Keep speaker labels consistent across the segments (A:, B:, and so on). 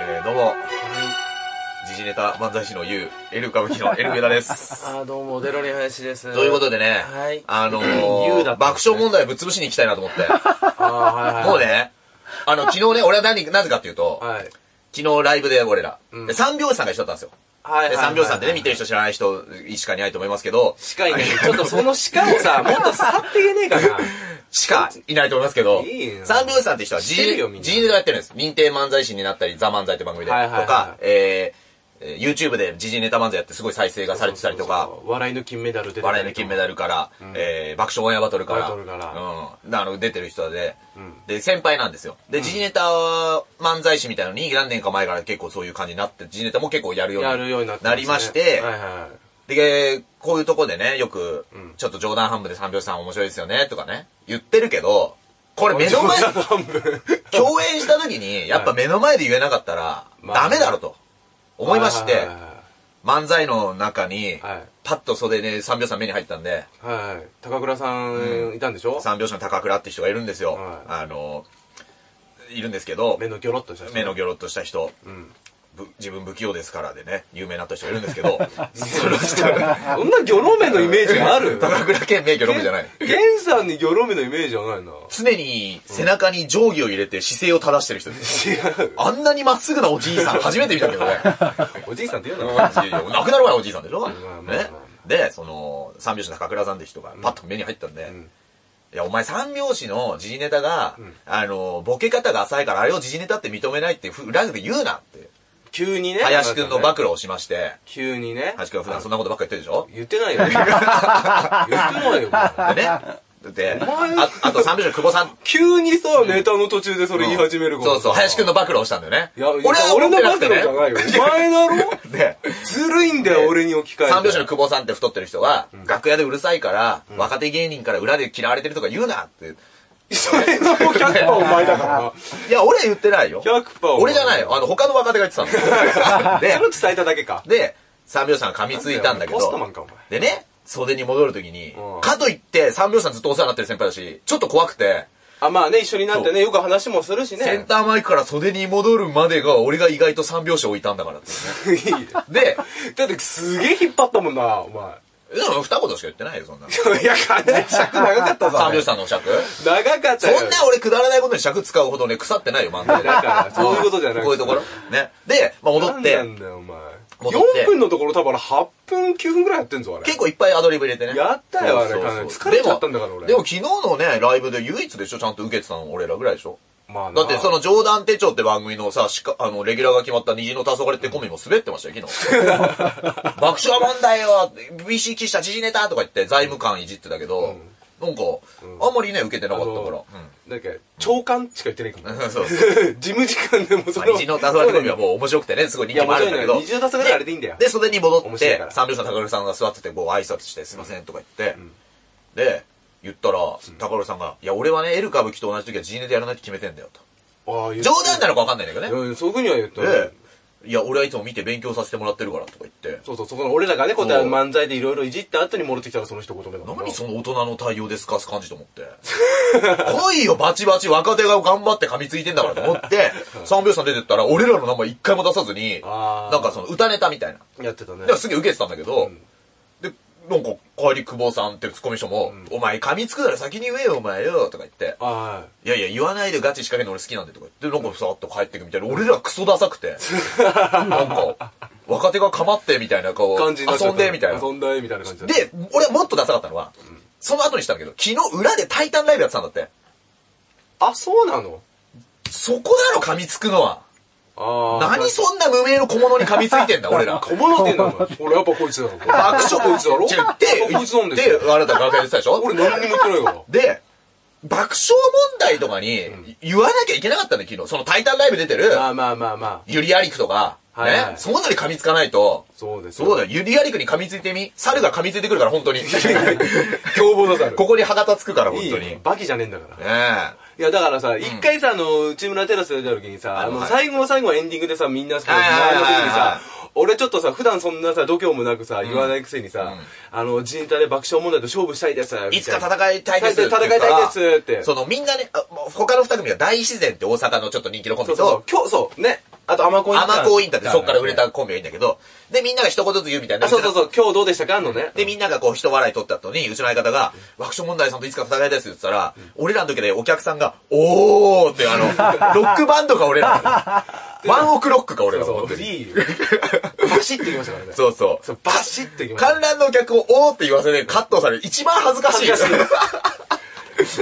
A: えー、どうも、時事ネタ漫才師のゆう、エル歌舞伎 のエル上田です。
B: あーどうも、デロリハヤシです。
A: ということでね、
B: はい
A: あのー
B: ゆうだったんですね
A: 爆笑問題ぶっ潰しに行きたいなと思って、
B: あーはいはい。
A: もうね、あの、昨日ね、俺は何、なぜかっていうと、
B: はい。
A: 昨日ライブで俺ら、
B: うん
A: で三拍子さんが一緒だったんですよ。
B: はいはいはい
A: で、
B: はい。
A: 三拍子さんってね、見てる人知らない人しかいないと思いますけど、
B: しかいね。ちょっとそのしかをさ、もっと触って言えねえかな。
A: しかいないと思いますけど
B: いいよ、
A: 三拍子さんって人は
B: 知って
A: G
B: るよみんな
A: G ネタやってるんです。認定漫才師になったり、ザ漫才って番組で、と
B: はいはいはい
A: か、えーえー YouTube で時事ネタ漫才やってすごい再生がされてたりとか、。
B: 笑いの金メダル出てたりとか
A: 笑いの金メダルから、えー爆笑オンエアバトルから、
B: バトルから
A: うん。あの、出てる人で、
B: ん
A: で、先輩なんですよ。で、時事ネタ漫才師みたいなのに、何年か前から結構そういう感じになって、時事ネタも結構やるように
B: やるようになってすね
A: なりまして、
B: はいは
A: で、こういうとこでね、よく、ちょっと冗談半分で三拍子さん面白いですよね、とかね、言ってるけど、これ
B: い。
A: 目の前、
B: 半分。
A: 共演した時に、やっぱ目の前で言えなかったら、
B: まあ
A: ダメだろと、思いまして、
B: はいはい
A: 漫才の中に
B: はい、
A: パッと袖で三拍子さん目に入ったんで、
B: はいはい。高倉さん、いたんでしょ
A: 三拍子の高倉って人がいるんですよ。
B: はい
A: あの、いるんですけど
B: 目、のギョロッとした人
A: 目のギョロッとした人、
B: ん
A: ぶ自分不器用ですからでね、有名になった人がいるんですけど、その人が、
B: そんなギョロ目のイメージある
A: 高倉健名ギョロ目じゃない。
B: ゲンさんにギョロ目のイメージはな いな。
A: 常に背中に定規を入れて姿勢を正してる人です。
B: 違う。
A: あんなにまっすぐなおじいさん初めて見たけどね。
B: おじいさんって言うの
A: 亡くなる前のおじいさんでしょ、
B: まあまあ
A: ね、で、その、三拍子の高倉さんって人がパッと目に入ったんで、
B: ん
A: いや、お前三拍子の時事ネタが、あの、ボケ方が浅いからあれを時事ネタって認めないってふラグで言うなって、
B: 急にね。
A: 林くんの暴
B: ク。
A: 露をしまして、
B: 急にね。
A: 林くんは普段そんなことばっか言ってるでしょ
B: 言ってな いよ。言ってないよ。
A: でね、で、ああと三拍子の久保さん。
B: 急にさ、ネタの途中でそれ言い始めるから。
A: そうそう、林くんの暴露をしたんだよね。
B: いや、
A: 俺
B: 俺
A: は
B: 俺
A: 思っ
B: の
A: て
B: バ
A: なく
B: カ
A: て
B: じゃな
A: ね
B: い。よ。お前だろ
A: で、
B: ずるいんだよ、俺に置き換えて。
A: 三拍子の久保さんって太ってる人が、楽屋でうるさいから、若手芸人から裏で嫌われてるとか言うなって。
B: それのもう100%お前 だから。
A: いや、俺は言ってないよ。
B: 100%
A: 俺じゃないよ。あの、他の若手が言ってたんで す
B: そ
A: よ
B: れを伝えただけか。
A: で、で、三拍子さんが噛みついたんだけど。
B: ポストマンかお前
A: でね、袖に戻るときに
B: うん、
A: かといって三拍子さんずっとお世話になってる先輩だし、ちょっと怖くて、
B: あ、まあね、一緒になってね、よく話もするし
A: セン
B: ね。
A: ターマイクから袖に戻るまでが、俺が意外と三拍子置いたんだ からっていうね
B: いい
A: で、
B: だってすげえ引っ張ったもんな、お前。
A: でも二言しか言ってないよ、そんなの。
B: いや、かなり尺長かった
A: 三
B: ぞ。
A: 拍子さんのお尺
B: 長かっ
A: そ
B: た
A: ん
B: よ。
A: な俺くだらないことに尺使うほどね、腐ってないよ、漫才で。
B: だからそういうことじゃなくて
A: こういうところね。で、まあ戻っ
B: な
A: て
B: ん、なんだよ、お前。
A: 戻って
B: 4分のところ多分あれ8分、9分ぐらいやってんぞ、あれ。
A: 結構いっぱいアドリブ入れてね。
B: やったよあれ
A: そうそうそう
B: かなり疲れちゃったんだから俺
A: でもでも昨日のね、ライブで唯一でしょ、ちゃんと受けてたの俺らぐらいでしょ。
B: まあな
A: だってその冗談手帳って番組のさ、しか、あの、レギュラーが決まった虹の黄昏ってコンビも滑ってましたよ、昨 日。爆笑問題よ !BC 記者、時事ネタとか言って財務官いじってたけど、なんか、あんまりね、受けてなかったから。うん
B: なんか、長官しか言ってないかも。
A: そうそう。
B: 事務次官でもそ
A: まあ
B: の。
A: 虹の黄昏コンビはもう面白くてね、すごい人気もあるんだけ
B: いや
A: ど。
B: 面白いのよ虹の黄昏はあれでいいんだよ
A: で、袖に戻
B: 面
A: っ
B: 白い
A: て
B: か、ら
A: 三拍子の高倉さんが座ってて、こう挨拶して、すいませんとか言って、で、言ったら、高倉さんが、いや、俺はね、エル歌舞伎と同じ時は G ネでやらないって決めてんだよと。
B: ああ、言って
A: 冗談なのかわかんないんだけどね。
B: うん、そういうふうには言ったよ
A: で、いや、俺はいつも見て勉強させてもらってるからとか言って、
B: そうそう、そこの俺らがね、こうやって
A: そう
B: 漫才でいろいろいじった後に戻ってきたらその一言目だもんな
A: 何その大人の対応ですかす感じと思って。来いよ、バチバチ、若手が頑張って噛みついてんだからと思って、三拍子さん出てったら、俺らの名前一回も出さずに、
B: あー
A: なんかその歌ネタみたいな。
B: やってたね
A: で。すげえ受けてたんだけど、で、なんか、帰り久保さんっていうツッコミ人も、お前噛みつくなら先に言えよ、お前よ、とか言って、
B: ああ。
A: いやいや、言わないでガチ仕掛けるの俺好きなんで、とか言って、なんかさーっと帰ってくみたいな、俺らクソダサくて、なんか、若手がかまって、みたいな、こう、
B: 感じになっちゃ
A: 遊
B: っ
A: ん
B: た
A: で、みたいな。
B: 遊んだみたいな感じだった。
A: で、俺はもっとダサかったのは、その後にしたんだけど、昨日裏でタイタンライブやってたんだって。
B: あ、そうなの
A: そこだろ、噛みつくのは。
B: ああ。
A: 何そんな無名の小物に噛みついてんだ、俺 ら。
B: 小物ってんだお前俺やっぱこいつだろ。
A: 爆
B: 爆
A: 笑
B: 笑こいつだろ
A: 違うって、
B: やっぱこいつなんです
A: で
B: よ。、
A: あなた楽屋で言ってたでしょ
B: 俺何にも言ってないから。
A: で、爆笑問題とかに言わなきゃいけなかったんだよ、昨日。そのタイタンライブ出てる、
B: まあまあまあまあ。
A: ユリアリクとか、
B: はいはい
A: ね、そんなのに噛みつかないと、
B: そうです
A: そう
B: よ。
A: だよ、ユリアリクに噛みついてみ猿が噛みついてくるから、本 当に。
B: 凶暴ださ。
A: ここに歯型つくから、本
B: いい
A: 当
B: よ
A: に。ね。
B: バキじゃねえんだから。
A: え。
B: いや、だからさ、一回さ、あの、内村テラスで出た時にさ、あ
A: あの
B: の、
A: はい
B: 最後の最後のエンディングでさ、みんなさ、
A: はいはいはいはい
B: 前の時にさ、俺ちょっとさ、普段そんなさ、度胸もなくさ、言わないくせにさ、あの、人体で爆笑問題と勝負したいです。
A: いつか戦いたいですって
B: 戦
A: 言
B: いうた
A: か
B: い
A: ら
B: ですって。
A: そのみんなね、あもう他の二組は大自然って大阪のちょっと人気のコン
B: そ
A: ビ
B: うそうそ
A: と
B: う。、今日、そう、ね。あと、アマコイン
A: アマコインタってそっから売れ
B: あ、
A: たコンビがいいんだけど、で、みんなが一言ずつ言うみたいな。
B: そうそうそう、今日どうでしたかあのね。
A: で、みんながこう、人笑い取った後に、うちの相方が、爆笑問題さんといつか戦いですって言ったら、俺らの時でお客さんが、おーって、あ の、ロックバンドか俺ら。ワンオクロックか俺ら。
B: そう、
A: 本当
B: フ
A: に
B: リー。バシッていきましたからね。
A: そうそう。
B: そう、バシッていきました。
A: 観覧のお客をおーって言わせてカットされる。一番恥ずかしい。
B: 恥ずか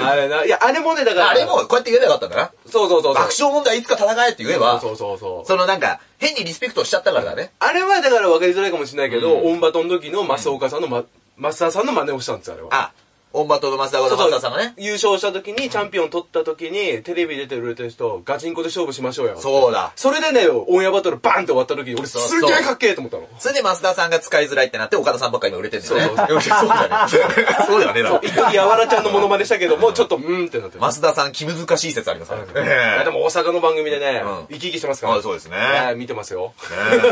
B: あれな、いや、あれもね、だから。
A: あれも、こうやって言えばよかったんだな。
B: そうそうそうそう。
A: 爆笑問題いつか戦えって言えば、
B: そうそうそうそう。
A: そのなんか、変にリスペクトしちゃったからだね。
B: あれはだから分かりづらいかもしれないけど、オンバトの時の増岡さんのま、増田さんの真似をしたんですよ、あれは。
A: あ、オンバトの増田
B: そ
A: 和
B: うそう
A: 田さんがね。
B: 優勝した時に、チャンピオン取った時に、テレビ出てるれてる人、ガチンコで勝負しましょうよ。
A: そうだ。
B: それでね、オンエアバトルバンって終わった時に、俺す
A: そうそう
B: げえかっけえと思ったの。
A: それで増田さんが使いづらいってなって、岡田さんばっかり今売れてるんだよね。
B: そう
A: そう そうだね。そうだよね、だ
B: 一時、やわらちゃんのモノマネしたけども、ちょっと、うーんってなってる。
A: 増田さん気難しい説ありますね。
B: いやでも大阪の番組でね
A: うん、
B: 生き生きしてますから。
A: あそうですね
B: はい見てますよ。
A: ね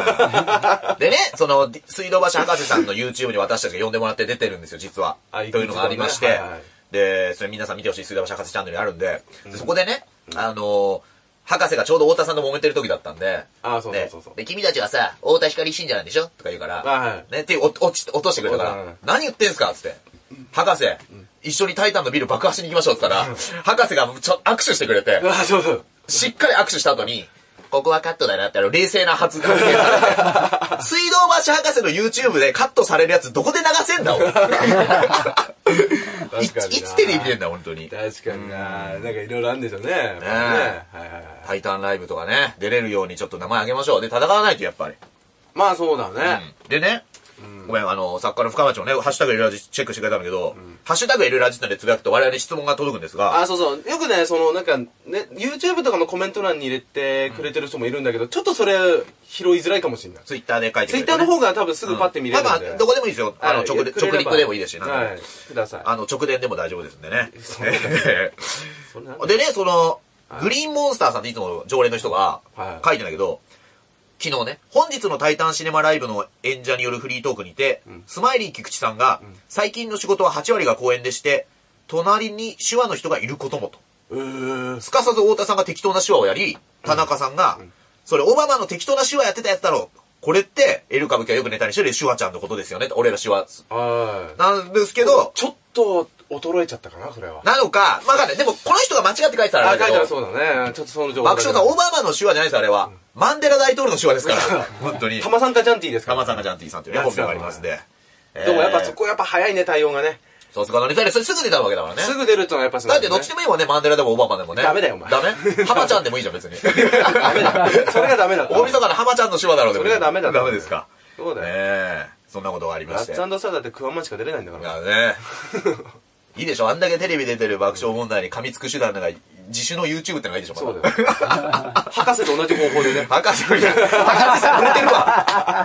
A: えでね、その、水道橋博士さんの YouTube に私たちが呼んでもらって出てるんですよ、実は。
B: あ
A: というのがありまして。
B: はいはい
A: で、それ皆さん見てほしい水道橋博士チャンネルにあるんで、でそこでね、あのー博士がちょうど太田さんと揉めてる時だったんで、
B: あそうそう
A: で
B: そうそう
A: で君たちはさ、太田光信者なんでしょとか言うから、
B: はい
A: ね、手を落ち落としてくれたか
B: うん
A: ら、何言ってんすかっつって。博士、一緒にタイタンのビル爆破しに行きましょうって言ったら、博士がちょ握手してくれて、
B: あ、そうそう。
A: しっかり握手した後に、ここはカットだなって、あの、冷静な発言されて、水道橋博士の YouTube でカットされるやつどこで流せん だ、俺い
B: 確かにな
A: ついつテレビ出んだ、本当に。
B: 確かにな、なんかいろいろあるんでしょうね。ねはいはいはい。
A: タイタンライブとかね、出れるようにちょっと名前あげましょう。で、戦わないと、やっぱり。
B: まあそうだ
A: う
B: ね。
A: んでね、ごめん、あの、作家の深町もね、ハッシュタグエルラジチェックしてくれたんだけど、ハッシュタグエルラジってのでつぶやくと我々に質問が届くんですが、
B: あ、そうそう。よくね、その、なんか、ね、YouTube とかのコメント欄に入れてくれてる人もいるんだけど、ちょっとそれ、拾いづらいかもしれない。
A: ツイッターで書いてくれて、ね。
B: Twitter の方が多分すぐパッて見れるんで。
A: まあまあ、どこでもいいですよ。あの、
B: はい
A: 直で
B: くれ
A: 直
B: れば
A: リックでもいいですし、なんでも
B: はい。ください。
A: あの、直伝でも大丈夫ですんでね。
B: それなん
A: え
B: だ
A: ーでね、その、グリーンモンスターさんっていつも常連の人が
B: はい
A: 書いてんだけど、昨日ね、本日のタイタンシネマライブの演者によるフリートークにて、スマイリー菊池さんが、最近の仕事は8割が公演でして、隣に手話の人がいることもと。
B: うーん。
A: すかさず太田さんが適当な手話をやり、田中さんが、それオバマの適当な手話やってたやつだろう。これって、エル歌舞伎はよくネタにしてる手話ちゃんのことですよね。俺ら手話
B: はい。
A: なんですけど、
B: ちょっと、衰えちゃったかな、それは。
A: なのか、まあわかんない。でも、この人が間違って書いてたらあ
B: あ、
A: れ
B: 書
A: だ
B: い
A: け
B: たら
A: ど、
B: そうだね。ちょっとその情報だ
A: 爆
B: けど。
A: 笑さん、オバマの手話じゃないです、あれは。マンデラ大統領の手話 ですから。本当に。
B: たまさんかジャンティですか
A: ガ
B: ら
A: マさんがジャンティさんというね、本名がありますんで。
B: でもやっぱそ
A: こ。
B: こやっぱ早いね、対応がね。
A: さすがのネタですぐ出たわけだからね。
B: すぐ出るとのはやっぱその
A: だってどっちでもいいもんね、マンデラでもオバマでもね。
B: ダメだよお前
A: ダメハマちゃんでもいいじゃん、 別に。
B: ダメだ。 それがダメだ。
A: 大晦日のハマちゃんの手話だろうでも
B: それがダメだ
A: ダメですか。
B: そうだよ。
A: ねえ。そんなことがありま
B: ラッ
A: して。
B: ツサーだってクワマンしか出れないんだか
A: だ
B: ら。
A: ね。 いいでしょあんだけテレビ出てる爆笑問題に噛みつく手段なんか、自主の YouTube ってのがいいでしょま
B: そうだよ。博士と同じ方法で ね。
A: 博士み たいな。博士さん売れてるわ。博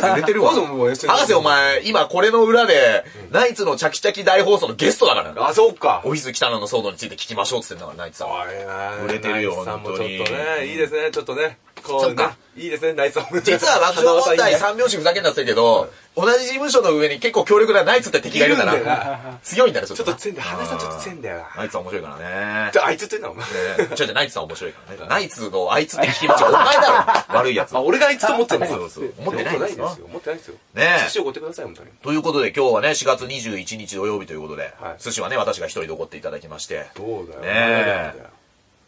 A: 士売れてるわ。
B: どうぞもう SNS
A: 博士お前、今これの裏で、ナイツのチャキチャキ大放送のゲストだからな。
B: あ、そうか。
A: オフィス北野の騒動について聞きましょうって言ってんだから、ナイツさんは。
B: あれな
A: 売れてるよ
B: ナイツさんも
A: 本
B: ち
A: 当
B: ょっ
A: に
B: とね、いいですね、ちょっとね。こ
A: そうっか
B: ないいですね、ナイツさんも。
A: 実は爆笑問題
B: ん。
A: 三拍子ふざけんなって言ってたけど、同じ事務所の上に結構強力なナイツって敵がいるんだ
B: いるんだよ
A: な。強いんだね、ちょっ
B: ちょっとつんだよ、
A: 花
B: 花さんちょっとつんだよな。
A: ナイツは面白いからね。
B: ちょあいつってんだお前。
A: ねちょ、じゃナイツさん面白いからね。ナイツのあいつって聞きましょう。お前だろ悪いやつ。
B: あ、俺があいつと思ってんだ
A: そうそう思ってないんで
B: 思っ
A: す
B: て
A: よ
B: ないですよ。思ってないですよ。
A: ねえ
B: 寿司をごってください、本当に。
A: ということで今日はね、4月21日土曜日ということで、
B: はい
A: 寿司はね、私が一人で怒っていただきまして、
B: そうだよ。
A: ねえ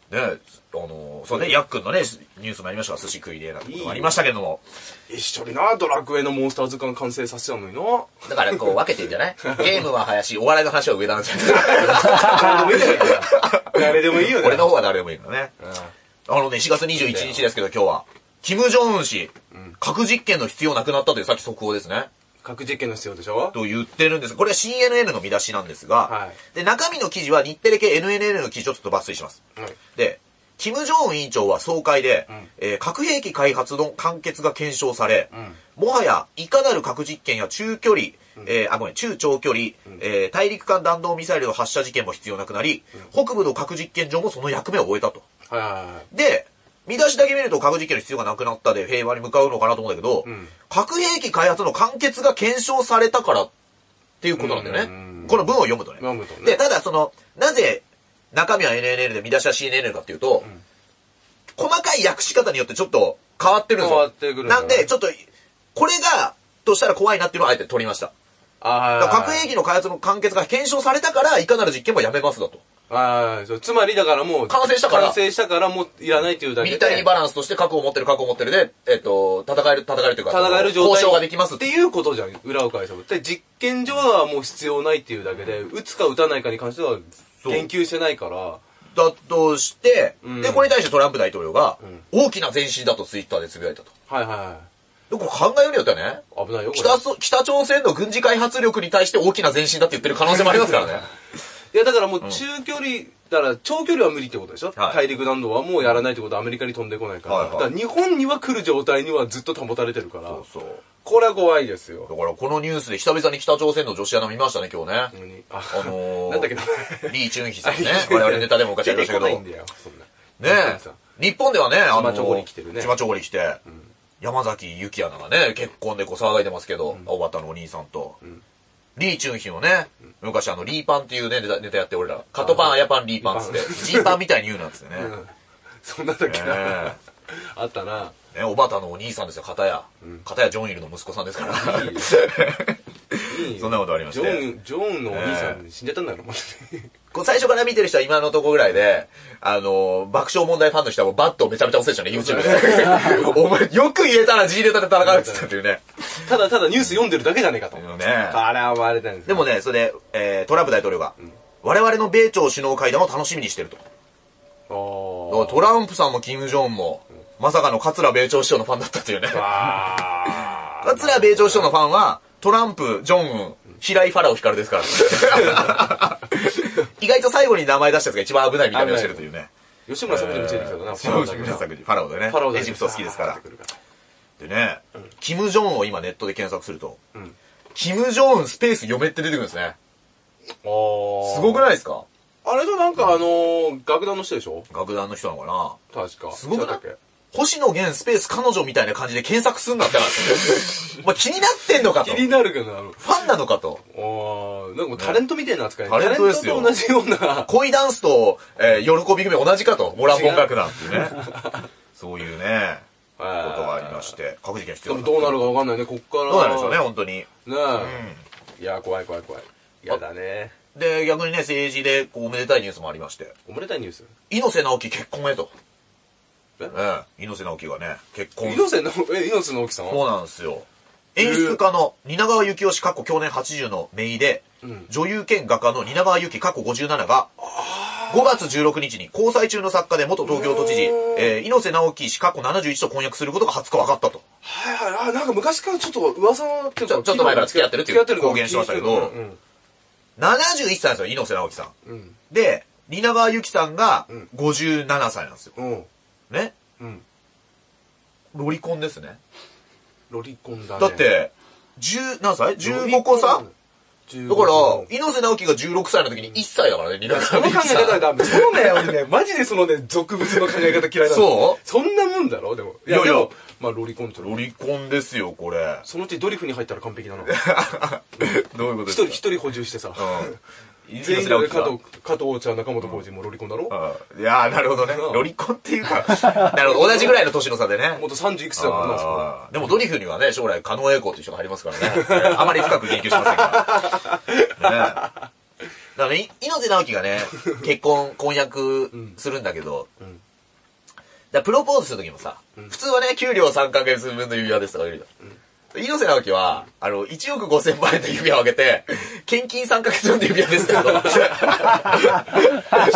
A: ね、あのーそうね、ヤックンのね、ニュースもありましたが、寿司食いでなんてこともありましたけれども、
B: 一緒にな、ドラクエのモンスター図鑑完成させたのにな。
A: だからこう分けてんじゃ ないゲームは林、お笑いの話は上田なんじゃない
B: 誰でもいいよね。
A: 俺の方は誰でもいいからね。あのね、4月21日ですけど今日は、キム・ジョンウン氏、核実験の必要なくなったというさっき速報ですね。
B: 核実験の必要でしょ
A: と言ってるんです。これは CNN の見出しなんですが、
B: は
A: で、中身の記事は日テレ系 NNN の記事をちょっと抜粋します。
B: はい
A: で、キム・ジョンウン委員長は総会で、えー核兵器開発の完結が検証され、もはやいかなる核実験や中距離、えーあ、ごめん、中長距離、えー大陸間弾道ミサイルの発射事件も必要なくなり、北部の核実験場もその役目を終えたと。
B: はいはいはい。
A: で、見出しだけ見ると核実験の必要がなくなったで平和に向かうのかなと思うんだけど、
B: ん
A: 核兵器開発の完結が検証されたからっていうことなんだよ
B: うんうんう
A: ね
B: ん。
A: この文を読むとね。
B: 読むとね
A: で、ただその、なぜ中身は NNN で見出しは CNN かっていうと、細かい訳し方によってちょっと変わってるんですよ。
B: 変わってくるんだ
A: な
B: よ
A: ん
B: ね
A: で、ちょっと、これが、としたら怖いなっていうのをあえて取りました。
B: あ
A: だから
B: あ。
A: 核兵器の開発の完結が検証されたから、いかなる実験もやめますだと。
B: ああ、そうつまりだからもう、
A: 完成したから
B: 完成したからもういらないというだけ
A: ミ
B: で。
A: リタリーバランスとして核を持ってる核を持ってるで、えっと、戦える、戦えるというか、
B: 戦える状態。
A: 交渉ができます
B: っ
A: ってていう。
B: いうことじゃん、裏を返せば。で、実験上はもう必要ないっていうだけで、撃つか撃たないかに関しては、
A: そう
B: 言及してないから、
A: だとして、
B: うん
A: で、これに対してトランプ大統領が、大きな前進だとツイッターで呟いたと。
B: はいは
A: で、これ考えようによってはね、
B: い。危ないよ、これ。
A: 北そ北朝鮮の軍事開発力に対して大きな前進だって言ってる可能性もありますから ね。
B: いや、だからもう中距離、だから長距離は無理ってことでしょ、
A: はい
B: 大陸弾道はもうやらないってことはアメリカに飛んでこないから。
A: はいはい
B: だから日本には来る状態にはずっと保たれてるから。
A: そうそう。
B: これは怖いですよ。
A: だからこのニュースで久々に北朝鮮の女子アナ見ましたね、今日ね。
B: 何あ
A: あのー、
B: なんだっけな
A: リー・チュンヒ さんね。我々ネタでも昔やりましたけど。
B: 出てこない
A: ね
B: んだよ、そんな。
A: え。日本ではね、あのー、
B: チマチョゴリ来てるね
A: チマチョゴリ来て、山崎ゆきアナがね、結婚でこう騒いでますけど、青畑のお兄さんと。リー・チュンヒのね、昔あの、リーパンっていうね、ネタネタやって俺ら、カトパン、アヤパン、リーパンっつって、ジーパンみたいに言うなんつってね。
B: うんそんなだっけな。
A: ね
B: あったな。
A: ね、おばたのお兄さんですよ、片や。片やジョンイルの息子さんですから。
B: いいよいい よ
A: そんなことありまし
B: ジ
A: て
B: ョン、ジョンのお兄さん死んじゃったんだろ、もう
A: こう最初から見てる人は今のとこぐらいで、あのー爆笑問題ファンの人はもうバットをめちゃめちゃ押せでしたね、YouTube で。お前、よく言えたら G ネタで戦うっつったっていうね。
B: ただただニュース読んでるだけじゃねえかと。
A: ね
B: あれはあれなんです
A: でもね、それで、えートランプ大統領が、我々の米朝首脳会談を楽しみにしてると。だから
B: も、
A: トランプさんもキム・ジョンも、まさかの桂米朝首相のファンだったというね。
B: あ ー
A: 桂米朝首相のファンは、トランプ、ジョンウン、平井ファラオヒカルです から。 意外と最後に名前出したやつが一番危ない見た目をしてるというね。
B: 吉村さんも出てきたからな、
A: そうですねファラオでね。
B: ファラオだけ
A: エジプト好きですから
B: 出て。くる
A: でね、キム・ジョンを今ネットで検索すると、
B: ん
A: キム・ジョンスペース嫁って出てくるんですね。
B: おー
A: すごくないですか
B: あれとなんかあのー、楽団の人でしょ
A: 楽団の人なのかな
B: 確か。
A: すごく
B: だ
A: な
B: っ
A: い
B: け
A: 星野源スペース彼女みたいな感じで検索すんなってな お前気になってんのかと。
B: 気
A: フ
B: になるけどな、あの
A: ァンなのかと。
B: おーなんかもうタレントみたいな扱い。
A: タレントですよ
B: タレントと同じような。
A: 恋ダンスと、えー喜び組同じかと。モランボン楽団っていうね。 そういうね、
B: こ
A: ことがありまして、各事件必
B: で
A: 要
B: も
A: だ
B: どうなるかわかんないね、こっから。
A: どうなるんでしょうね、本当に。
B: ねえ。いや、怖い怖い怖い。やだね。
A: で、逆にね、政治で、こう、おめでたいニュースもありまして。
B: おめでたいニュース。
A: 猪瀬直樹結婚へと。
B: え
A: ええ、猪瀬直樹がね、結婚。
B: 猪瀬の、え、猪瀬の奥さん
A: そうなんですよ。演出家の蜷川幸雄氏、過去去年80の名医で、
B: ん
A: 女優兼画家の蜷川幸、過去57が、5月16日に交際中の作家で元東京都知事
B: うお、ー
A: えー猪瀬直樹氏、過去71と婚約することが20日分かったと。
B: はいはい、あ、なんか昔からちょっと噂っていう
A: ちょちょっと前から付き合ってるっていう公言してましたけど
B: うん。
A: 71歳なんですよ、猪瀬直樹さん。
B: うん。
A: で、蜷川幸さんが
B: うん
A: 57歳なんですよ。
B: うん。
A: ね。
B: うん。
A: ロリコンですね。
B: ロリコンだね。
A: だっ、て、十、何歳 ?15 個差だ
B: だ
A: から、猪瀬直樹が16歳の時に1歳だからね、蜷川
B: その考
A: 幸
B: え
A: さん。
B: 方はダメ。そのね、俺ね、マジでそのね、俗物の考え方嫌いなの。
A: そう
B: そんなもんだろでも。い
A: いやいや
B: でもまあ、ロリコンとロ
A: ロリコンですよ、これ。
B: そのうちドリフに入ったら完璧なの。
A: どういうことで
B: 一
A: すか
B: 人、一人補充してさ。
A: うん。
B: 全員で加藤、加藤ちゃん、中本浩二もロリコンだろ、
A: うんいやー、なるほどね。ロリコンっていうか、 なるほど、同じぐらいの年の差でね。
B: 元30いくつだからな、そこ
A: あーでもドリフにはね、将来、狩野英孝という人が入りますからね。 ねあまり深く言及しませんから。ねだからね、い猪瀬直樹が ね、結婚、婚約するんだけど、だからプロポーズするときもさ、普通はね、給料3ヶ月分の指輪ですとか言うじゃん。猪瀬直樹は、あの、1億5千万円の指輪をあげて、献金3ヶ月分の指輪ですけど、
B: しゃ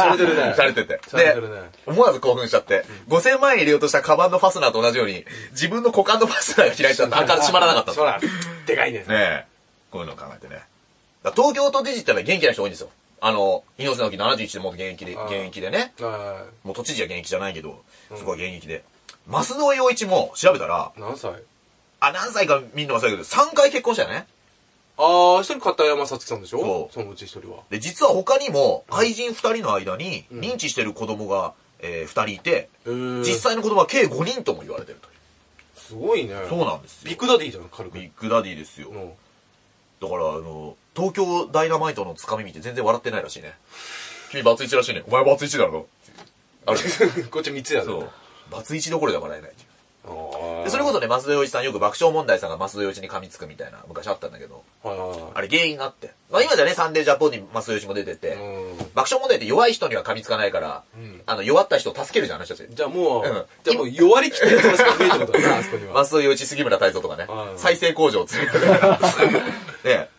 B: れてるね。
A: されてて。
B: され
A: で
B: てるね、
A: 思わず興奮しちゃって、5000万円入れようとしたカバンのファスナーと同じように、自分の股間のファスナーが開いちゃって、あかん閉まらなかった
B: そ
A: の。
B: ら、でかいね。
A: ねえ、こういうのを考えてね。だから東京都知事ってのは元気な人多いんですよ。あの、猪瀬直樹71でも現役で、
B: あー
A: 現役でね。
B: あ
A: もう都知事は現役じゃないけど、すごい現役で。増野洋一も調べたら、
B: ー何歳
A: あ、何歳かみんな忘れたけど、3回結婚したよね。
B: あー、一人片山さつきさんでし
A: そ
B: ょ
A: う
B: そのうち一人は。
A: で、実は他にも、愛人2人の間に、認知してる子供が、えー、二人いて、
B: へー
A: 実際の子供は計5人とも言われてるという。
B: すごいね。
A: そうなんです
B: ビッ
A: よ。
B: グダディじゃん、軽く。
A: ビッグダディですよ。
B: うん
A: だから、あの、東京ダイナマイトのつかみ見て全然笑ってないらしいね。君バツイチらしいね。お前バツイチだろ。ある
B: こっち三つや
A: そう。バツイチどころじゃ笑えないっていう。
B: そ
A: でそれこそね、松田洋一さんよく爆笑問題さんが松田洋一に噛みつくみたいな昔あったんだけど、
B: そ、はいはいは
A: あれ原因があって。まあ今じゃね、サンデージャポンに松田洋一も出てて、
B: いうん
A: 爆笑問題って弱い人には噛みつかないから、あの、弱った人を助けるじゃん、あの人たち。
B: じゃあもう、
A: うん
B: じゃあもう弱りきってる人しか増えってことだな、あそ こには。
A: 松尾陽一、杉村太蔵とかね
B: う、ん
A: 再生工場を 連れてね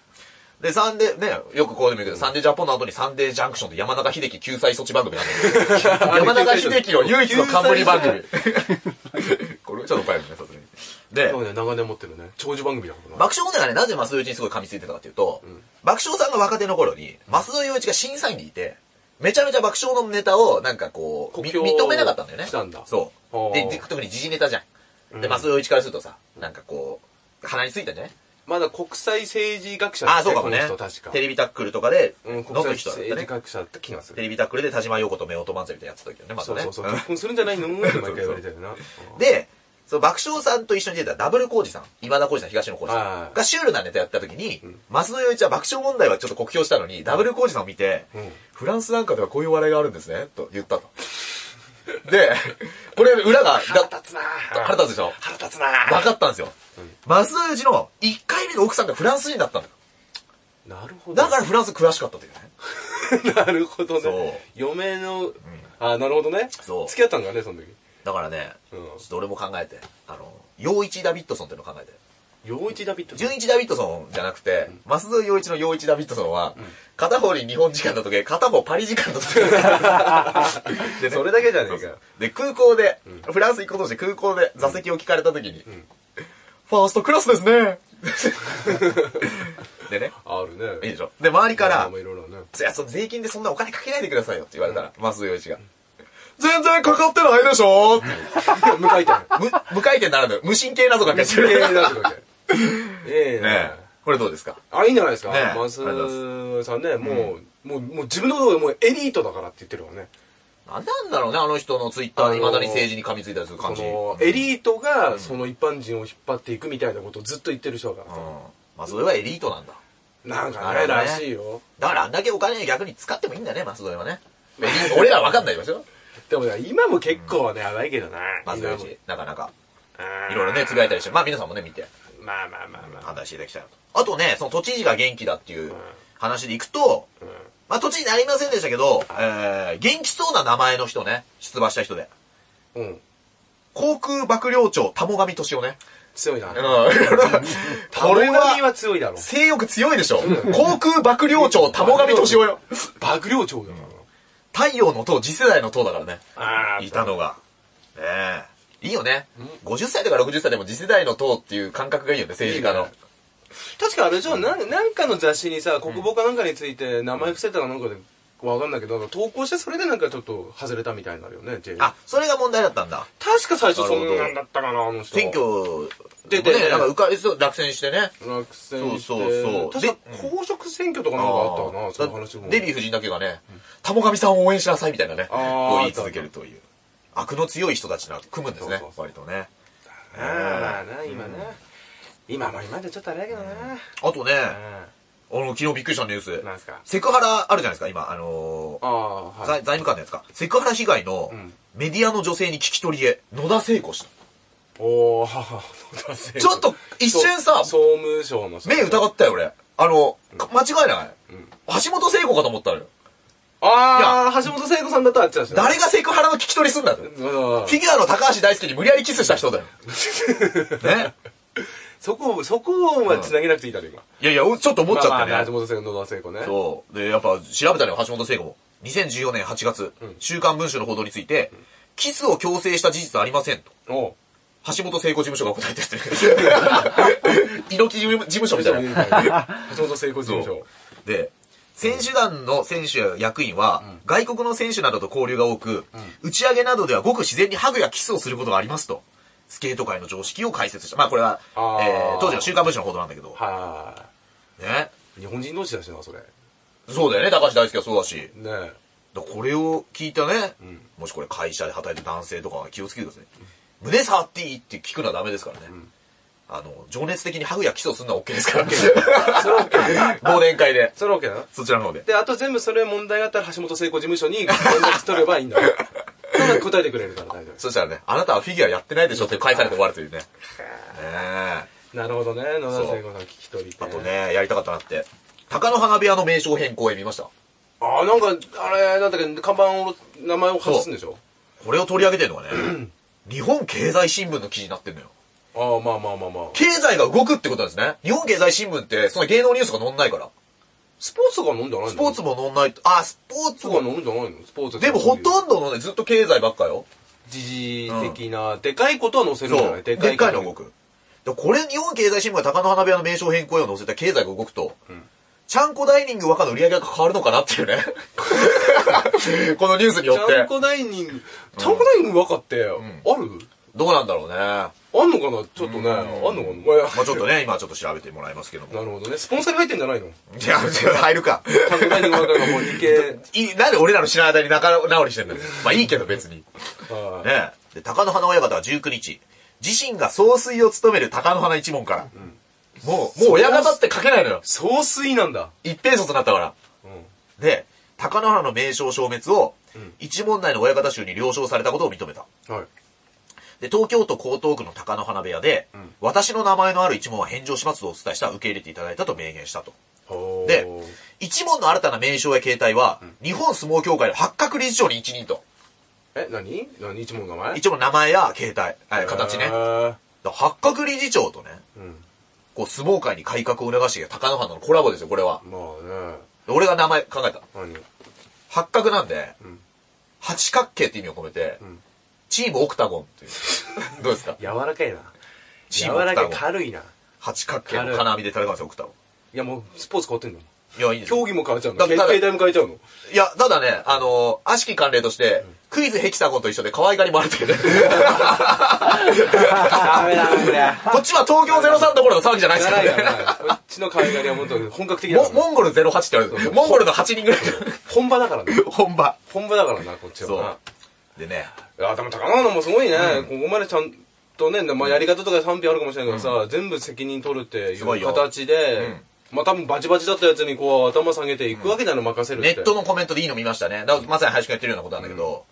A: で、サンデー、ね、よくこうでも言うけど、サンデージャポンの後にサンデージャンクションと山中秀樹救済措置番組なんですよ 山中秀樹の唯一の冠番組。 これちょっとおかやるね、さすがに。で
B: そう、ね、長年持ってるね。長寿番組だからな。
A: 爆笑問題がね、なぜ増田洋一にすごい噛みついてたかっていうと、爆笑さんが若手の頃に、増田洋一が審査員にいて、めちゃめちゃ爆笑のネタを、なんかこう、み
B: 酷評
A: 認めなかったんだよね。
B: したんだ
A: そう。
B: あ
A: で
B: ー、
A: で特に時事ネタじゃん。で、増田洋一からするとさ、なんかこう、鼻についたんじゃない
B: まだ国際政治学者だ
A: あ
B: っ
A: あ、そうか
B: こ
A: も
B: の
A: ね
B: 人確か。
A: テレビタックルとかで、
B: う
A: 飲
B: ん、国
A: む
B: 際
A: 人だっ
B: 政
A: た
B: 治
A: ね。
B: 学者だった気がす
A: テ
B: る。
A: レビタックルで田島陽子と夫婦漫才みたいなやってた時だよね、まず
B: そう
A: ね。
B: そうそう。
A: うん
B: 結婚するんじゃないのって毎回言われてるな。
A: で、その爆笑さんと一緒に出たダブルコージさん、今田コージさん、東野コージ
B: はいはい
A: さ
B: は
A: ん
B: い
A: がシュールなネタやった時に、松野洋一は爆笑問題はちょっと酷評したのに、ダブルコージさんを見て、
B: うん
A: フランスなんかではこういう笑いがあるんですね、と言ったと。で、これ裏が、だ
B: 腹立つな
A: 腹立つでしょ
B: 腹立つな
A: 分かったんですよ。松野洋一の1回目の奥さんがフランス人だったのよ。
B: なるほど。
A: だからフランス詳しかったというね。
B: ら、なるほど
A: そう
B: ね。嫁の、あなるほどね。
A: そう
B: 付き合ったんだね、その時。
A: だからね、
B: うん
A: ちょっと俺も考えて、あの、洋一ダビッドソンっていうのを考えて。
B: 陽一ダビッド。
A: 純一ダビッドソンじゃなくて、マス増陽一の陽一ダビッドソンは、片方に日本時間の時計、片方パリ時間の時計。でね
B: それだけじゃねえか
A: そうで、空港で、フランス行くことして空港で座席を聞かれた時に、ファーストクラスです ねでね、
B: あるね。
A: いいでしょ。で、周りから、
B: まあいろいろね。
A: いや、その税金でそんなお金かけないでくださいよって言われたら、マス増陽一が。全然かかってないでしょって
B: 無回転。
A: 無無回転ならぬ、無神経なぞかけてる。
B: ええ
A: ね
B: なんて ことで
A: え
B: ええね。
A: これどうですか
B: あ、いいんじゃないですか。
A: ねえ
B: マスさんね、もう、もう、もう自分のことがもうエリートだからって言ってるわね。
A: なんなんだろうね、あの人のツイッターに未だに政治に噛みついたりする
B: そ
A: 感じ。
B: の、エリートが、その一般人を引っ張っていくみたいなことをずっと言ってる人だか
A: う
B: ら
A: ん。まあ、それはエリートなんだ。
B: なんか
A: なる
B: ね、
A: ほどね
B: らしいよ。
A: だからあんだけお金逆に使ってもいいんだね、マスドエはね。俺らわかんないでしょ
B: でもね、今も結構ね、やばいけどな。
A: マスド
B: 今
A: エ
B: も
A: なかなか。
B: あー
A: いろいろね、つぶやいたりして。まあ皆さんもね、見て
B: まあまあまあま
A: 判断していただきたいなと。あとね、その都知事が元気だっていう話でいくと、まあ都知事になりませんでしたけど、えー、元気そうな名前の人ね、出馬した人で。
B: あ。うん。
A: 航空幕僚長、田母神敏夫ね。
B: 強いな
A: うん。。これ
B: 俺は、
A: は、
B: は強いだろ。
A: 性欲強いでしょ。航空幕僚長、田母神敏夫よ。
B: 爆領長だか
A: 太陽の塔、次世代の塔だからね。
B: ら。あー
A: いたのが。ねえ。いいよね。50歳とか60歳でも次世代の塔っていう感覚がいいよね、政治家
B: いい
A: の
B: ね。確かあれじゃん、なんなんかの雑誌にさ、国防かなんかについて名前伏せたかなんかで、わかんないけど、なんか投稿してそれでなんかちょっと外れたみたいになるよね、J
A: あ、それが問題だったんだ。
B: 確か最初そ
A: なるほ
B: ん
A: ど
B: なんだったかな、あの人。
A: 選挙
B: 出て
A: ね、なんか、うか、そう落選してね。
B: 落選して。
A: そうそうそう
B: 確か公職選挙とかなんかあったか
A: あ
B: な、
A: ー
B: その話も。
A: デヴィ夫人だけがね、タモ神さんを応援しなさいみたいなね、
B: あー
A: こう言い続けるという。悪の強い人たちな、組むんですね
B: そうそう、そう
A: 割とね。
B: あーまあな、今な。今も今じゃちょっとあれだけどな。
A: あとね、あ
B: あ
A: の、昨日びっくりしたニュー
B: ーなん
A: ス。
B: すか。
A: セクハラあるじゃないですか、今、あのー
B: ああ、は
A: 財
B: い。
A: 財務官のやつか。セクハラ被害の
B: ん
A: メディアの女性に聞き取りへ、野田聖子した。
B: おー、は は、ち
A: ちょっと、一瞬さ、
B: 総務省の人
A: 目疑ったよ、俺。あの、か間違いない。橋本聖子かと思ったのよ。
B: ああ、橋本聖子さんだとあっちゃうしな。
A: 誰がセクハラの聞き取りすんだと。フ
B: うん
A: ィギュアの高橋大輔に無理やりキスした人だよ。ね。
B: そこを、そこをまあ繋げなくていいだろ、今。
A: いやいや、おちょっと思っちゃっ
B: まあ
A: て
B: まあ
A: ね
B: 橋。本聖子、野田聖子ね。
A: そう。で、やっぱ調べたのよ、橋本聖子も。2014年8月、週刊文春の報道について、キスを強制した事実はありませんと。
B: おう
A: 橋本聖子事務所が答えてるって。猪木事務所みたいな。
B: 橋本聖子事務所。
A: で、選手団の選手や役員は、外国の選手などと交流が多く、打ち上げなどではごく自然にハグやキスをすることがありますと、スケート界の常識を解説した。まあこれは、え
B: あー
A: ー当時の週刊文春の報道なんだけど、
B: は
A: ね。
B: い。日本人同士だしな、それ。ね
A: そうだよね、高橋大輔はそうだし。
B: え。
A: だからこれを聞いたね、もしこれ会社で働いてる男性とかは気をつけてください。胸触っていいって聞くのはダメですからね。あの、情熱的にハグやキスをするのは OK ですから。
B: それ OK。
A: 忘年会で。
B: それ OK だな。
A: そちらの方で。
B: で、あと全部それ問題があったら橋本聖子事務所に連絡取ればいいん だよ。そんな答えてくれるから大丈
A: そしたらね、あなたはフィギュアやってないでしょって返されて終わるというね。ねえ
B: 夫。なるほどね。野田聖子さん聞き取りね
A: あと。ね、やりたかったなって。鷹の花部屋の名称変更へ見ました。
B: あー、なんか、あれ、なんだっけ、看板を、名前を外すんでしょ
A: これを取り上げてるのがね、日本経済新聞の記事になってるのよ。
B: ああ、まあまあまあまあ。
A: 経済が動くってことなんですね。日本経済新聞って、その芸能ニュースが載んないから。
B: スポーツとか飲んでないの
A: スポーツも載んない。あ、スポーツ
B: とか
A: も。
B: 飲んでないのスポーツ
A: でもほとんどのね、ずっと経済ばっかよ。
B: 時事的な、でかいことは載せるんじゃ
A: そ
B: な
A: う。
B: い
A: で
B: で
A: っか
B: か
A: い
B: い
A: の動く。でこれ、日本経済新聞が高野花部屋の名称変更へを載せた経済が動くと、ちゃんこダイニング若の売り上げが変わるのかなって いうね。このニュースによ
B: ちゃん
A: って。
B: こダイニング、ちゃんこダイニング分かって、ある
A: どうなんだろうね。ま
B: あんのかなちょっとね、あんのかな、ま
A: あちょっとね、今ちょっと調べてもらいますけども。
B: なるほどね。スポンサーに入ってんじゃないの
A: いや、入る か。
B: ちゃんこダイニング分かるがもう日系。
A: いい、なんで俺らの知らない間に仲直りしてんだよ。まあいいけど別に。
B: はい
A: ねえ。で、鷹の花親方は19日、自身が総帥を務める鷹の花一門から、もう、もう親方って書けないのよ。
B: 総帥なんだ。
A: 一平卒になったから。
B: うん。
A: で、鷹の花の名称消滅を、一門内の親方衆に了承されたことを認めた。
B: はい。
A: で、東京都江東区の鷹の花部屋で、私の名前のある一門は返上しますとお伝えした、受け入れていただいたと明言したと。
B: ほー
A: で、一門の新たな名称や形態は、日本相撲協会の八角理事長に一任と。
B: え、何何一問名前
A: 一応名前や形態、はい形ね。
B: へ
A: だか
B: ー
A: ら八角理事長とね、
B: うん。
A: こう相撲界に改革を促してきた高野花のコラボですよ、これは。
B: まあね。
A: で俺が名前考えた。
B: 何
A: 八角なんで、
B: ん
A: 八角形って意味を込めて、
B: ん
A: チームオクタゴンっていう。 どうですか
B: 柔らかいな。
A: チ
B: 柔
A: ームオクタ
B: らか
A: ゴ
B: い、
A: ン。
B: 軽いな。い
A: 八角形の金網で戦うんですよ、オクタゴ
B: やもう、スポーツ変わってんの
A: ン。いや、いいです
B: 競
A: よ。
B: 技も変わっちゃうの
A: だ
B: 携
A: だ
B: 携帯も変えちゃうの
A: いや、ただね、あのー、悪しき慣例として、クイズヘキサゴンと一緒で可愛がりもある っていうね。
B: ダメだ、こ れ。
A: こっちは東京03どころの騒ぎじゃないです
B: な
A: からら
B: い
A: ね。
B: な。こっちの可愛がりはもっと本格的だ
A: モ
B: から。
A: モンゴル08って言われてる。モンゴルの8人ぐらい。
B: 本場だからね。
A: 本場。
B: 本場だからな、こっちはな
A: そ。う。でね、
B: いや、でも高野もすごいね。ここまでちゃんとね、まあ、やり方とか賛否あるかもしれないけどさ、全部責任取るってい
A: すごいうよ
B: 形で、まあ多分バチバチだったやつにこう頭下げていくわけじゃない、任せるっ
A: ネ
B: て。
A: ットのコメントでいいの見ましたね。だからまさに林くんやってるようなことなんだけど、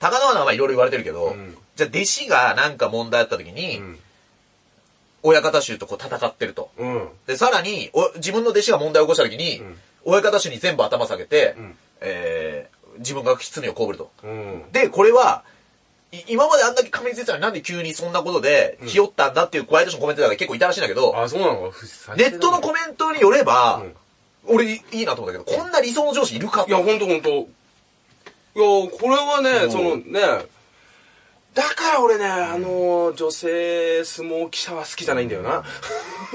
A: 高野花はいろいろ言われてるけど、
B: ん
A: じゃあ弟子がなんか問題あった時に、
B: ん
A: 親方衆とこう戦ってると。
B: うん。
A: で、さらに、お自分の弟子が問題を起こした時に、親方衆に全部頭下げて、
B: ん
A: えー自分が罪を被ると。
B: うん。
A: で、これは、い今まであんだけ噛みついてたのになんで急にそんなことで、ひよったんだっていうワイドショーのコメントが結構いたらしいんだけど、
B: あ、そうなのふざけ
A: ネ
B: てん
A: ットのコメントによれば、
B: ん
A: 俺いいなと思ったけど、こんな理想の上司いるか
B: いや、ほんとほんと。いや、これは
A: う
B: ね、
A: ん
B: そのね、だから俺ね、あの、女性相撲記者は好きじゃないんだよな。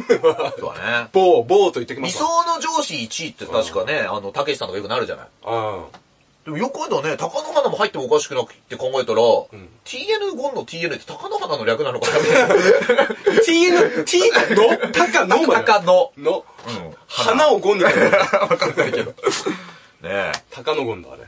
A: とはね。
B: 某、某と言ってきま
A: 理
B: す
A: 想
B: わ。
A: の上司1位って確かね、あの、たけしさんとかよくなるじゃない。
B: あ
A: でもよく言うとね、高野花も入ってもおかしくなくって考えたら、TN5 の TN って高野花の略なのかな
B: あ。T の、T の、たかのまで
A: 高野。
B: の、
A: うん。
B: 花をゴン だけど。
A: わかんないけど。ねえ。
B: 高野ゴンだ、あれ。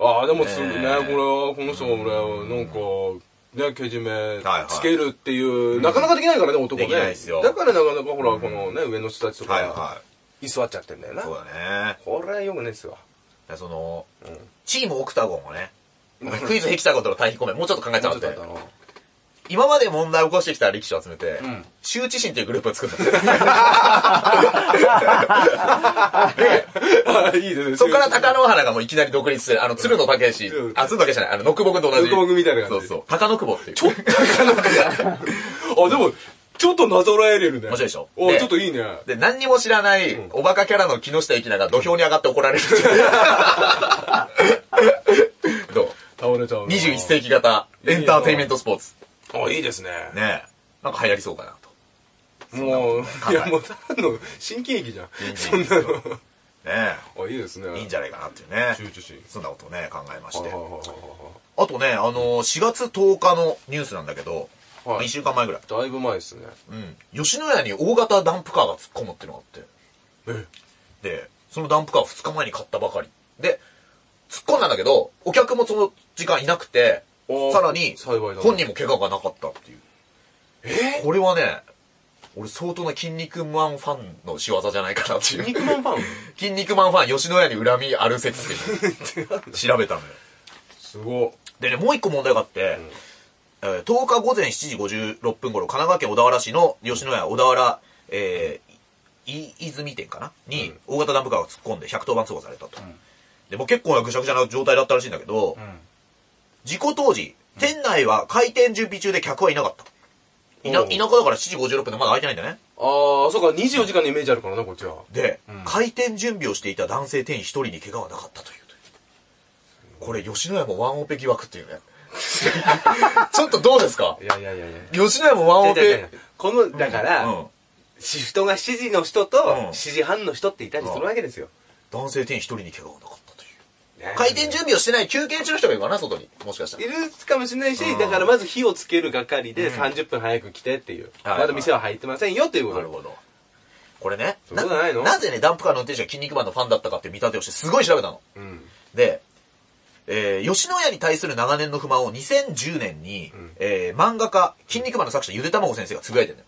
B: ああ、でもすごいね、
A: ねえ
B: これは、この人は俺は、なんか、ね、けじめ
A: はい
B: つけるっていう、なかなかできないからね、男
A: で
B: ね。
A: きないですよ
B: だからなかなかほら、このね、上の人たちと
A: はい
B: か、
A: は
B: 居座っちゃってんだよ
A: い。
B: な。
A: そうだね。
B: これはよくないっすわ。
A: でその、チームオクタゴンをね、ごめんクイズヘキサゴンとの対比ごめん、もうちょっと考えちゃ
B: ちょ
A: う
B: っ
A: って
B: とあった。な。
A: 今まで問題を起こしてきた力士を集めて、
B: ん
A: 羞恥心というグループを作ったんですよ
B: あいいですね。
A: そこから高野原がもういきなり独立してる、あの、鶴野武史
B: うん、
A: あ、鶴野武史じゃない、あの、ノクボ君と同じ。
B: ノクボ君みたいな感じ
A: そうそう。高野久保っていう。
B: ちょっと高野君。あ、でも、ちょっとなぞらえれるね。
A: 面白いでしょ
B: お
A: で
B: ちょっといいね。
A: で、何にも知らない、おバカキャラの木下ゆきなが土俵に上がって怒られるっていう。ど
B: 倒れちゃう
A: う
B: な。
A: ?21 世紀型エンターテインメントスポーツ。
B: あ、いいですね。
A: ねえ。なんか流行りそうかなと。
B: もう、
A: そん
B: い
A: なことな
B: や、
A: い
B: もう、ただの、新喜劇じゃん。 そ
A: 新
B: ん
A: 喜劇
B: な
A: ね
B: の。あ、いいです
A: え。
B: ね。
A: いいんじゃないかなっていうね。
B: 集中心。
A: そんなことをね、考えまし
B: はい
A: て
B: はい。はいはい
A: あとね、あのー4月10日のニュースなんだけど、
B: はい
A: 1週間前ぐらい。
B: はい。だいぶ前ですね。
A: うん。吉野家に大型ダンプカーが突っ込むっていうのがあって。
B: え
A: で、そのダンプカー2日前に買ったばかり。で、突っ込んだんだけど、お客もその時間いなくて、
B: おー
A: さらに、
B: 幸いだ
A: 本人も怪我がなかったっていう。
B: え
A: これはね、俺相当な筋肉マンファンの仕業じゃないかなって
B: ー、
A: いう。
B: 肉まんパン
A: 筋肉マンファン、吉野家に恨みある説っていうのを調べたのよ。
B: すご
A: でね、もう一個問題があって、えー10日午前7時56分頃、神奈川県小田原市の吉野家小田原、えーい泉店かなに、大型ダンプカーが突っ込んで110番通報されたと。で、もう結構なぐしゃぐしゃな状態だったらしいんだけど、
B: ん
A: 事故当時、店内は開店準備中で客はいなかった。いな
B: おう
A: 田舎だから7時56分でまだ開いてないんだね。
B: ああそうか24時間のイメージあるからなこっちは
A: で、
B: うん
A: 開店準備をしていた男性店員一人に怪我はなかったという。これ、吉野家もワンオペ疑惑っていうね。 ちょっとどうですか
B: いやいやいやいや
A: 吉野家もワンオ
B: いやいやい
A: ペ
B: や。このだから、
A: うん
B: シフトが7時の人と
A: ん
B: 7時半の人っていたりするわけですよ、
A: 男性店員一人に怪我はなかったという。
B: ね
A: 開店準備をしてない休憩中の人がいるかな、外に。もしかしたら
B: い。るかもしれないし、だからまず火をつける係で30分早く来てっていう、
A: はい
B: まだ店は入ってませんよっていうこと
A: なるほど。これね、
B: そういうことないの
A: ぜね、ダンプカーの運転手が筋肉マンのファンだったかっていう見立てをして、すごい調べたの。
B: うん
A: で、えー吉野家に対する長年の不満を2010年に、えー漫画家、筋肉マンの作者、ゆでたまご先生がつぶやいてるのよ。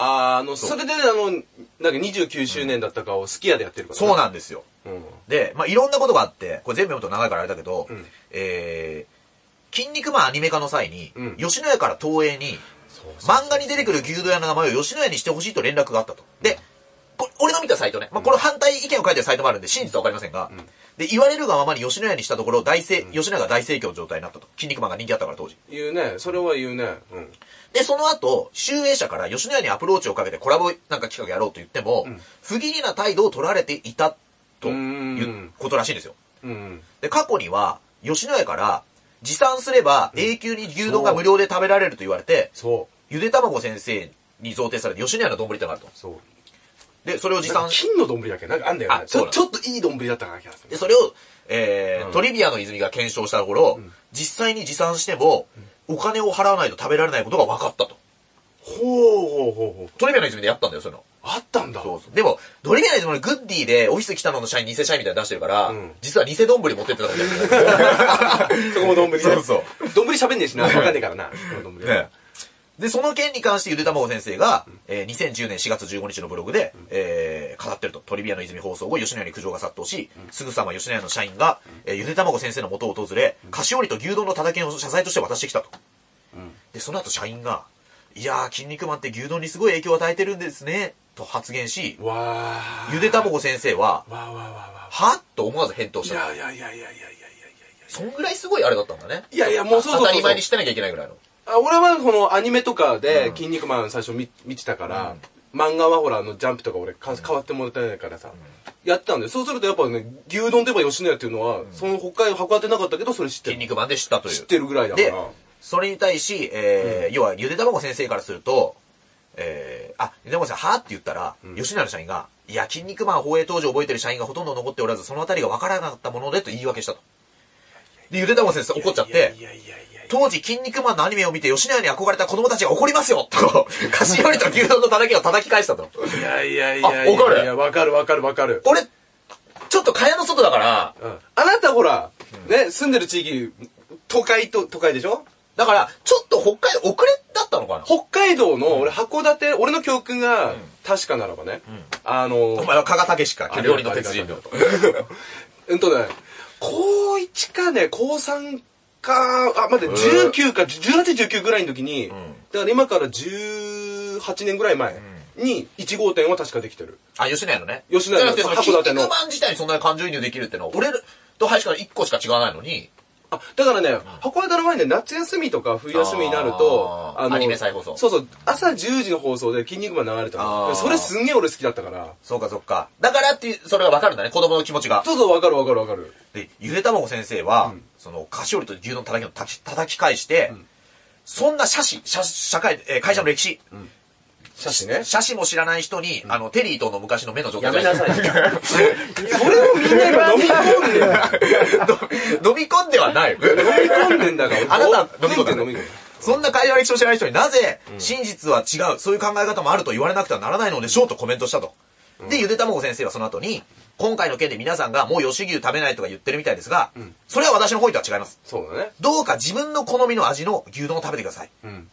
B: あーあのそれでねあのなんか29周年だったかをすき家でやってるから
A: そう
B: な
A: なんですよ。
B: うん、
A: で、まあ、いろんなことがあって、これ全部読むと長いからあれだけど、
B: ん
A: えー、筋肉マンアニメ化の際に、
B: うん
A: 吉野家から東映に、
B: そうそ
A: 漫画に出てくる牛丼屋の名前を吉野家にしてほしいと連絡があったと。で、こ俺の見たサイトね、まあ、これ反対意見を書いてるサイトもあるんで、真実はわかりませんが、で、言われるがままに吉野家にしたところ、大盛、吉野家が大盛況の状態になったと。筋肉マンが人気あったから当時。
B: う言うねそれは言うねうん
A: で、その後、集英社から吉野家にアプローチをかけてコラボなんか企画やろうと言っても、不義理な態度を取られていたということらしいんですよ。
B: うん
A: で、過去には、吉野家から、持参すれば永久に牛丼が無料で食べられると言われて、
B: そう
A: ゆで卵先生に贈呈されて吉野家の丼ってのがあると。
B: そう
A: で、それを持
B: なんか
A: 参し、
B: 金の丼だっけなんかあんだよね
A: あ
B: ち
A: そう
B: ょ
A: だ
B: ちょっといい丼だったから気がす
A: で、
B: る
A: それを、えートリビアの泉が検証したところ、実際に持参しても、お金を払わないと食べられないことが分かったと。
B: ほうほうほうほう
A: トリビアの泉でやったんだよ、その。
B: あったんだ
A: でも、トリビアの泉のグッディでオフィス来たのの社員偽社員みたいなの出してるから、
B: ん
A: 実は偽丼持ってってたんだよ。
B: そこも丼ね
A: そうそう
B: 丼喋んねえしなわかんねえからなその丼
A: ねで、その件に関してゆでたまご先生が、えー2010年4月15日のブログで、えー語ってると。トリビアの泉放送後、吉野家に苦情が殺到し、すぐさま吉野家の社員が、えーゆでたまご先生の元を訪れ、菓子折りと牛丼のたたきを謝罪として渡してきたと。で、その後社員が、いやー、筋肉マンって牛丼にすごい影響を与えてるんですね、と発言し、
B: わあ
A: ゆでたまご先生は、
B: わあわあわあわ
A: はと思わず返答
B: あい
A: したと。
B: やいやいやいやいやいやいやいや
A: そんぐらいすごいあれだったんだね。
B: いやいやもうそうそうそう
A: 当たり前にしてなきゃいけないぐらいの。
B: あ俺はこのアニメとかで「筋肉マン」最初見見てたから、漫画はほらあのジャンプとか俺か変わってもらってないからさ、やってたんでそうするとやっぱね牛丼といえば吉野家っていうのは、その北海道函館なかったけどそれ知って
A: 筋
B: る
A: 肉マンで知ったという。
B: 知ってるぐらいだか
A: で
B: ら、
A: それに対し、えー要は、ゆで卵先生からすると、えーあ、ゆで卵さん、はって言ったら、吉野の社員が、いや、筋肉マン放映当時覚えてる社員がほとんど残っておらず、そのあたりが分からなかったものでと言い訳したと。で、ゆで卵先生怒っちゃっ
B: いや
A: て
B: い、やいやいや
A: 当時、筋肉マンのアニメを見て、吉野家に憧れた子供たちが怒りますよ と、菓子折りと牛丼の叩きを叩き返したと。
B: いやいやいやい
A: あ
B: や
A: わかる
B: いやわかるわかるわかる、
A: 俺、ちょっと蚊帳の外だから、
B: うん、あなたほら、ね住んでる地域都会と都会でしょ
A: だから、ちょっと北海道遅れだったのかな
B: 北海道の、俺函館俺の教訓が、確かならばね、あの
A: お前は加賀武しか、
B: あ
A: 料理の鉄人だと。
B: うんとね、高1かね、高3か、あ、待って、19か、18、19ぐらいの時に、だから今から18年ぐらい前に、1号店は確かできてる。
A: あ、吉野家のね。
B: 吉野家の
A: じゃなくて、そ
B: 函
A: の、
B: 館
A: キン
B: の
A: 肉マン自体にそんなに感情移入できるってのは、俺と林から1個しか違わないのに、
B: あ、だからね、函館の前ね、夏休みとか冬休みになると、
A: あーアニメ再放送
B: そうそう、朝10時の放送で筋肉マン流れた
A: あー
B: の。それすんげえ俺好きだったから。
A: そうかそうか。だからっていう、それがわかるんだね、子供の気持ちが。
B: そうそう、わかるわかるわかる。
A: で、ゆでたまご先生は、その、菓子折りと牛丼叩きのたき叩き返して、そんな社史、社、社会、えー会社の歴史、
B: 写真ね。
A: 社史も知らない人に、あの、テリーとの昔の目の状態
B: やめなさい。それを みんな今飲み込んでる。
A: 飲み込んではない。
B: 飲み込んでんだから。
A: あなた飲み込んで
B: 飲み込んで
A: る。そんな会話歴史を知らない人になぜ、真実は違う、そういう考え方もあると言われなくてはならないのでしょうとコメントしたと。で、ゆでたまご先生はその後に、今回の件で皆さんがもう吉牛食べないとか言ってるみたいですが、それは私の方とは違います。
B: そうだね。
A: どうか自分の好みの味の牛丼を食べてください。
B: うん。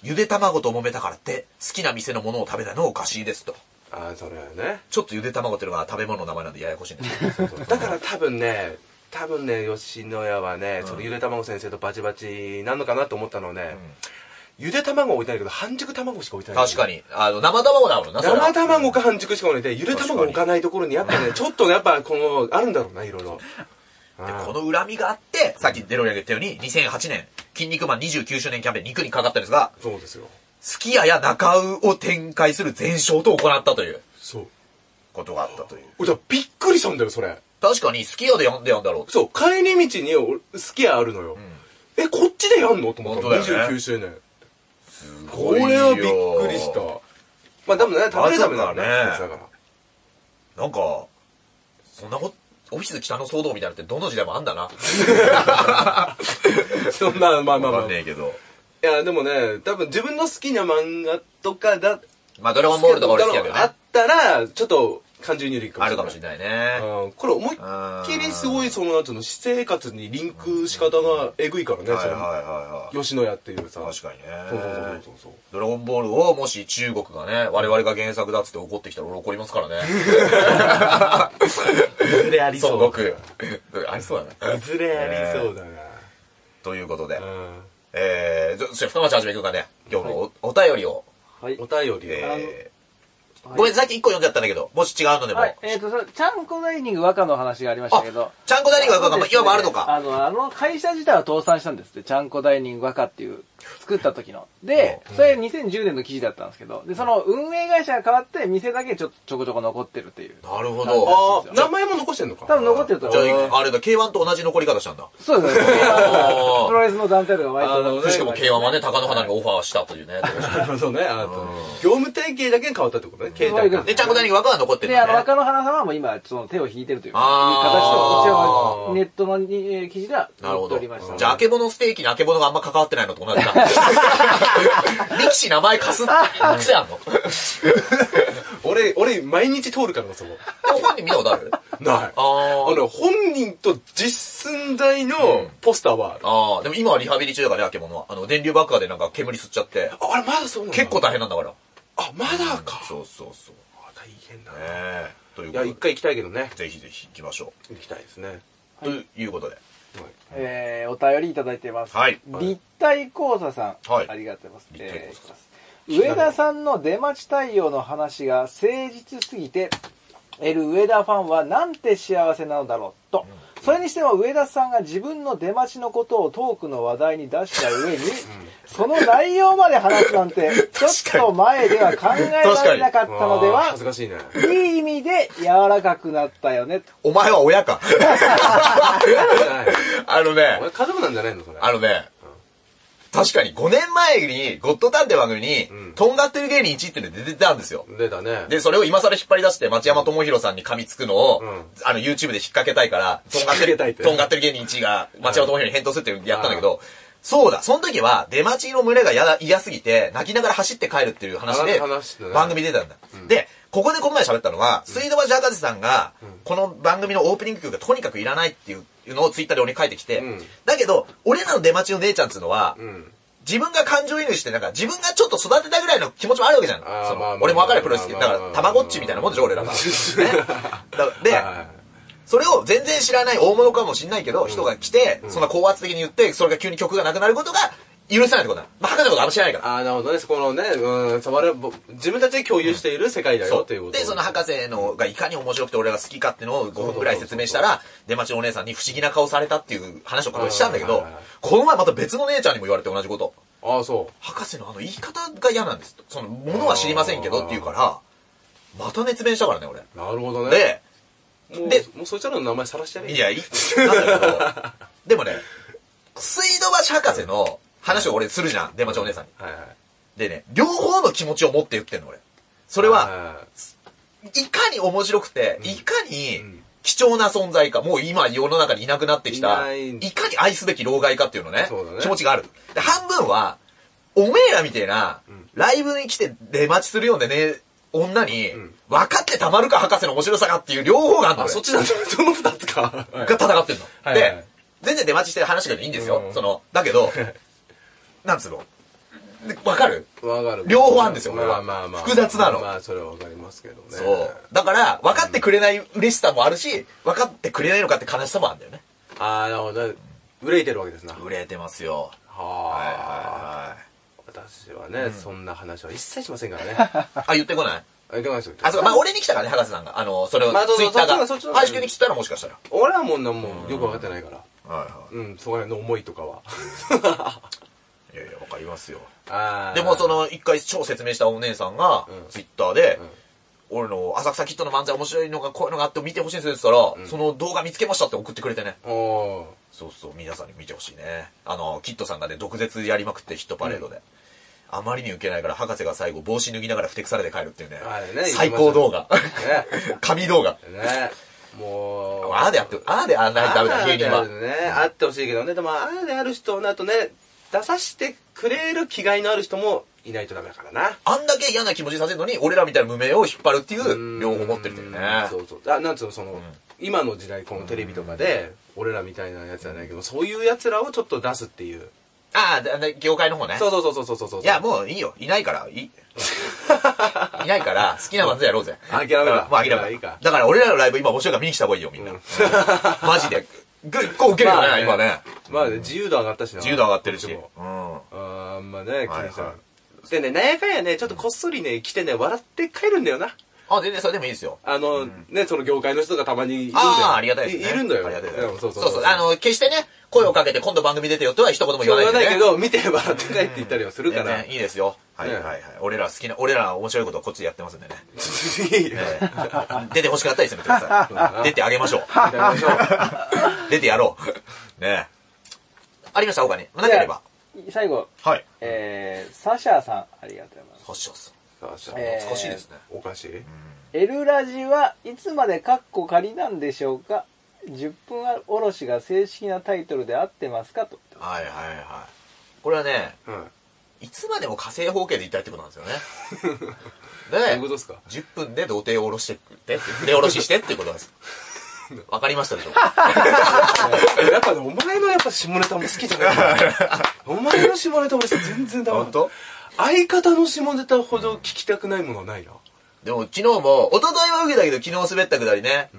A: ゆで卵と揉めたからって、好きな店のものを食べたのはおかしいですと。
B: ああ、それはね。
A: ちょっとゆで卵っていうのが食べ物の名前なんでややこしいんですけど。
B: だから多分ね、多分ね、吉野家はね、そのゆで卵先生とバチバチなんのかなと思ったのね、ゆで卵は置いてないけど、半熟卵しか置いて ない。
A: 確かに。あの、生卵だもんな、それは
B: 生卵か半熟しか置いてないゆで卵置かないところに、やっぱね、ちょっとね、やっぱこの、あるんだろうな、いろいろ。
A: でこの恨みがあって、さっきデロリアが言ったように、2008年、筋肉マン29周年キャンペーン肉にかかったんですが、
B: そうですよ。
A: すき家や中尾を展開する全勝と行ったという
B: そう。
A: ことがあったという。
B: 俺、だからびっくりしたんだよ、それ。
A: 確かにすき家でやんでやんだろうって。
B: そう、帰り道に俺すき家あるのよ。え、こっちでやんのと思っ
A: 本
B: たの。
A: 当だよね
B: 29周年。
A: す
B: こ
A: ごいよ
B: れはびっくりした。まあ、でもね、食べれためだから
A: ま
B: ね。
A: さかね
B: だから。
A: なんか、そんなこと、オフィス北の騒動みたいなのってどの時代もあんだな。
B: そん な、まあまあま
A: わ
B: あ。
A: かんねえ
B: い
A: けど。
B: や、でもね、多分自分の好きな漫画とかだ、
A: まあ、ドラゴンボールとか俺好きだけど
B: あ
A: ね
B: っ。たら、ちょっと感情入力
A: あるかもしれないね。
B: うんこれ思いっきりすごいその、なんつうの、私生活にリンク仕方がえぐいからね、
A: はいはい
B: そ
A: はいは
B: の吉野家っていうさ。
A: い。確かにね。
B: そうそうそうそうそう。
A: ドラゴンボールをもし中国がね、我々が原作だっつって怒ってきたら俺怒りますからね。
B: いずれあり
A: すごく。ありそうだ
B: い
A: ね。
B: ずれありそうだな。
A: ということで
B: う。ん
A: えー、じゃじゃあ、深町はじめくんがね、今日のお,、お便りを、
C: はい
B: お。便りは
A: えー、
C: はい
A: ごめん、さっき1個読んじゃったんだけど、もし違うのでも。
C: はい、えっ、と、そちゃんこダイニング和歌の話がありまし
A: あ
C: たけど。、
A: ちゃんこダニが
C: そう
A: か
C: です
A: も
C: ね
A: 今もあるのか。
C: あの、あの会社自体は倒産したんですって、ちゃんこダイニング和歌っていう、作った時の。で、それ2010年の記事だったんですけど、で、その運営会社が変わって、店だけちょちょこちょこ残ってるっていう。
A: なるほ
B: あ
A: ど。
B: あ、名前も残してんのか。
C: 多分 残ってると
A: じ
C: 思う。
A: ゃあ、あれだ、K1 と同じ残り方したんだ。
C: そうですね。
A: あー
C: プロレスの団体とか割
B: あの
C: と。
A: しかも K1 はね、
C: 高
A: 高野花にオファーしたというね。
B: なるほどね。あと、業務体系だけが変わったってことね。携帯が
C: そういうこと
A: で、ちゃんこダニがは残ってるん
C: で、あの、
A: だね。
C: 若野花様も今、その手を引いてるという形
A: あ
C: と、
B: ー
C: 一応、ネットのにえー記事では
A: なる
C: 載
A: ほ
C: って
A: ど
C: おりました。。
A: じゃあ、あけぼのステーキにあけぼのがあんま関わってないのと同じ だ。力士名前貸す癖あんの
B: 俺、俺、毎日通るからな、そこ。
A: 本人見たことある
B: ない。
A: あー
B: あの、本人と実寸大のポスターはある。
A: ああ、でも今はリハビリ中だからね、あけぼのは。あの、電流爆破でなんか煙吸っちゃって。
B: あ、あれまだそうなの
A: 結構。大変なんだから。
B: あ、まだか。
A: そうそうそう。
B: あ大変だ
A: ね
B: な。
A: え。という
B: い
A: こ
B: や、
A: とで
B: 一、回行きたいけどね。
A: ぜひぜひ行きましょ
B: 行きたいですね。
A: う。ということで。
C: えー、お便りいただいてます。
A: はい
C: 立体交差さん。
A: はい
C: ありがとうございます。
A: 立体交差さん
C: えー上田さんの出待ち対応の話が誠実すぎて、得る上田ファンはなんて幸せなのだろうと。それにしても上田さんが自分の出待ちのことをトークの話題に出した上に、その内容まで話すな んて、ちょっと前では考えられなかったので
B: あー
C: は
B: 恥ず、かしいね。
C: いい意味で柔らかくなったよねと。
A: お前は親か。 あの
B: お
A: ね
B: 前、家族なんじゃないのそれ。
A: あのね、確かに5年前に、ゴッドタンって番組に、
B: うん
A: とんがってる芸人1位っていうので出てたんですよ。
B: でだね。
A: で、それを今更引っ張り出して、町山智博さんに噛みつくのを、
B: うん
A: あの、YouTube で引っ掛けたいから、とんがって
B: 引っ掛け
A: る、
B: たいって
A: とんがってる芸人1位が、町山智博に返答するっていうのやったんだけど、そうだ、その時は、出待ちの胸が嫌だ嫌すぎて、泣きながら走って帰るっていう話で
B: あ話してた、ね
A: 番組出てたんだ。で、ここでこの前喋ったのは、水道橋博士さんが、この番組のオープニング曲がとにかくいらないっていうのをツイッターで俺に書いてきて
B: うん、
A: だけど、俺らの出待ちの姉ちゃんっつうのは
B: う、ん。
A: 自分が感情移入して、なんか自分がちょっと育てたぐらいの気持ちもあるわけじゃん。
B: あー
A: その
B: まあまあ
A: 俺もわかるプロレス好き。
B: ま
A: だか
B: あまあまあ
A: ら、たまごっちみたいなもんでしょ、俺ら が。ねだ
B: はい
A: で、それを全然知らない大物かもしんないけど、人が来て、そんな高圧的に言って、それが急に曲がなくなることが許せないってことだ。まあ、博士のことあんま知らないから。
B: あーなるほどね。そこのね、うん、触れ、ぼ自分たちで共有している世界だよっていうこと。
A: で、その博士のがいかに面白くて俺が好きかっていうのを5分くらい説明したら、出町のお姉さんに不思議な顔されたっていう話をここでしたんだけ
B: はい
A: ど
B: はいはい、
A: この前また別の姉ちゃんにも言われて同じこと。
B: ああ、そ
A: 博士のあの言い方が嫌なんですと。その、ものは知りませんけどって言うから、また熱弁したからね、俺。
B: う。なるほどね。
A: で、
B: もう
A: で
B: もうそいつらの名前さらしてやれ
A: いや、いい、なん だけど、でもね、水道橋博士の話を俺するじゃん、出町お姉さんに。
B: はいはい。
A: でね、両方の気持ちを持って言ってんの、俺。それは、
B: はい
A: かに面白くて、いかに
B: うん
A: 貴重な存在か、もう今世の中にいなくなってきた、
B: いない
A: いかに愛すべき老害かっていうのね、
B: そうだね
A: 気持ちがある。で、半分は、おめえらみたいな、ライブに来て出待ちするようなね、女に、
B: ん
A: 分かってたまるか博士の面白さがっていう両方があるの
B: あ、
A: よ
B: そっちなんだ。 その二つか。は
A: が
B: い
A: 戦ってんの。
B: はいはい
A: で、全然出待ちしてる話がいいんですよ。
B: うん
A: その、だけ ど、なんつうのでわかる
B: わかる。
A: 両方あるんですよ
B: まあまあまあ。
A: 複雑なの
B: まあ、それはわかりますけどね。
A: そう。だから、分かってくれない嬉しさもあるし、分かってくれないのかって悲しさもあるんだよね。
B: ああ、なるほど。憂いてるわけですな。
A: 憂えてますよ。はいはい
B: はあ。
A: はい。
B: 私はね、そんな話は一切しませんから ね。
A: あ、言ってこない
B: あ、いかがでしょう
A: あ、そうか。まあ、俺に来たからね、博士さんが。あの、それを
B: まあそう
A: ツイ
B: そう
A: ッターが。
B: そっちの方がそっちの方が
A: 林くんに来たらもしかしたら。
B: 俺はもうな、もうよくわかってないから。
A: はいは
B: うん、そこら辺の思いと かは。
A: い。いやいや、わかりますよ。
B: あー
A: でもそ、の一回超説明したお姉さんが
B: うん、
A: ツイッターで
B: うん、
A: 俺の浅草キッドの漫才面白いのがこういうのがあって見てほしいんですよって言ったら、その動画見つけましたって送ってくれてね。
B: おー
A: そうそう、皆さんに見てほしいね。あの、キッドさんがね、毒舌やりまくってヒットパレードで。あまりにウケないから、博士が最後帽子脱ぎながらふてくされて帰るっていうね
B: あれね。
A: 最高動 画
B: 言ってました。
A: 神動画。
B: ね。もう。
A: ああでやって、ああであんなにダメだ、芸人は
B: あ。ーであるね、あってほしいけどね。でも、ああである人だとね、出さしてくれる気概のある人もいないとダメだからな。
A: あんだけ嫌な気持ちさせるのに、俺らみたいな無名を引っ張るっていう、両方持ってるっていうね。
B: そうそう。あ、なんつうの、その、今の時代、このテレビとかで、俺らみたいなやつじゃないけど、そういうやつらをちょっと出すっていう。
A: ああで、で業界の方ね。
B: そうそうそうそうそうそう。
A: いや、もういいよ。いないから、いい。いないから、好きな漫才やろうぜ。
B: 諦めた
A: うんもう諦めた。
B: いいか
A: だから俺らのライブ今面白いから見に来た方がいいよ、みんな。マジで。ぐ結構ウケるよね、今ね。
B: まあね、自由度上がったしな。
A: 自由度上がってるし。う
B: こ
A: ん
B: っちも。あーまあね、気にした
A: はいは
B: でね、なんやかんやね、ちょっとこっそりね、来てね、笑って帰るんだよな。
A: あ、全然それでもいいですよ。
B: あの、ね、その業界の人がたまにいるんだよ。
A: ああ、ありがたいですね。
B: いるんだよ。
A: ありがたいで
B: うん
A: す。
B: そうそう
A: そうそう。あの、決してね、声をかけて今度番組出てよとは一言も言わない
B: 言わ
A: でね
B: ないけど、見て笑って帰って言ったりはするか
A: 全
B: ら。
A: 然いいですよ。はい
B: ね
A: はいはい。俺ら好きな、俺ら面白いことこっちでやってますんでね。
B: いいよ
A: えー出て欲しかったら攻めてください。出てあげま しょう。
B: やりましょう
A: 出てやろう。ねえ。ありました、他に。なければ。
C: 最後、
A: はい。
C: えー、サシャさん、ありがとうございます。
A: 星野さん。
B: そうそう
C: えー
A: 懐かしいですね。
B: おかしい
C: エルラジはいつまでカッコ仮なんでしょうか ?10 分おろしが正式なタイトルで合ってますかと。
A: はいはいはい。これはね、
B: うん。ど
A: いつまでも火星方形で言いたいってことなんですよね。
B: うい
A: で
B: うことですか
A: 10分で童貞を下ろしてって、筆下ろししてっていうことなん です。わかりましたでしょうか
B: やっぱね、お前のやっぱ下ネタも好きじ ゃないお前の下ネタ俺全然ダ メ。
A: 本当
B: 相方の下ネタほど聞きたくないものはないな。
A: でも昨日も、一昨日は受けたけど昨日滑ったくだりね。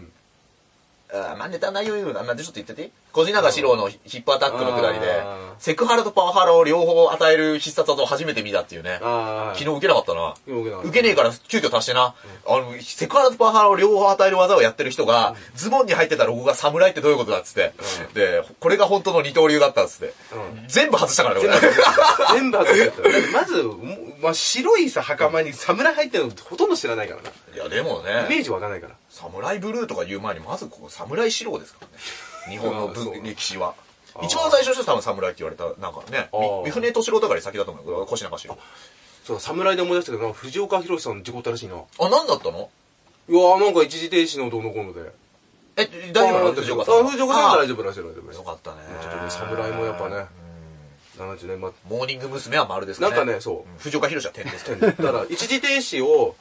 A: あーまあネタ内容言うの、なんでちょっと言ってて。小路長史郎のヒップアタックのくだりで
B: あー、
A: セクハラとパワハラを両方与える必殺技を初めて見たっていうね。
B: ああ。
A: 昨日受けなかったな。
B: 昨日受けなかった
A: 受けねえから急遽足してな。あの、セクハラとパワハラを両方与える技をやってる人が、ズボンに入ってたロゴが侍ってどういうことだっつって。で、これが本当の二刀流だったっつって。
B: う
A: 全部外したからね、俺。
B: 全部外れた。だってまず、まあ、白いさ、袴に侍入ってるのほとんど知らないからな。
A: いや、でも
B: イメ
A: ね、
B: ージわかんないから。
A: 侍ブルーとか言う前に、まずここ侍四郎です からね。日本の
B: あーそう
A: 文歴史は。一番最初の人は多分侍って言われた、なんかね
B: あー、
A: み三船敏郎だから先だと思うよ、腰中氏郎。
B: そう、侍で思い出したけどな、藤岡弘さんの事故ったらしいな。いや
A: あ、何だったの
B: ーなんか一時停止のどうのこうので。
A: え、大丈夫な
B: あ
A: の
B: ー
A: 藤岡さんは。
B: あ藤岡さんは
A: あ
B: 大丈夫らしい大丈夫ら
A: ー
B: しい
A: よかったね。
B: ちょっと侍もやっぱね、70年待っ
A: モーニング娘。は丸です
B: な
A: か
B: ん
A: ね。
B: かね、そう。
A: 藤岡弘は点ですけど。
B: だから、一時停止を、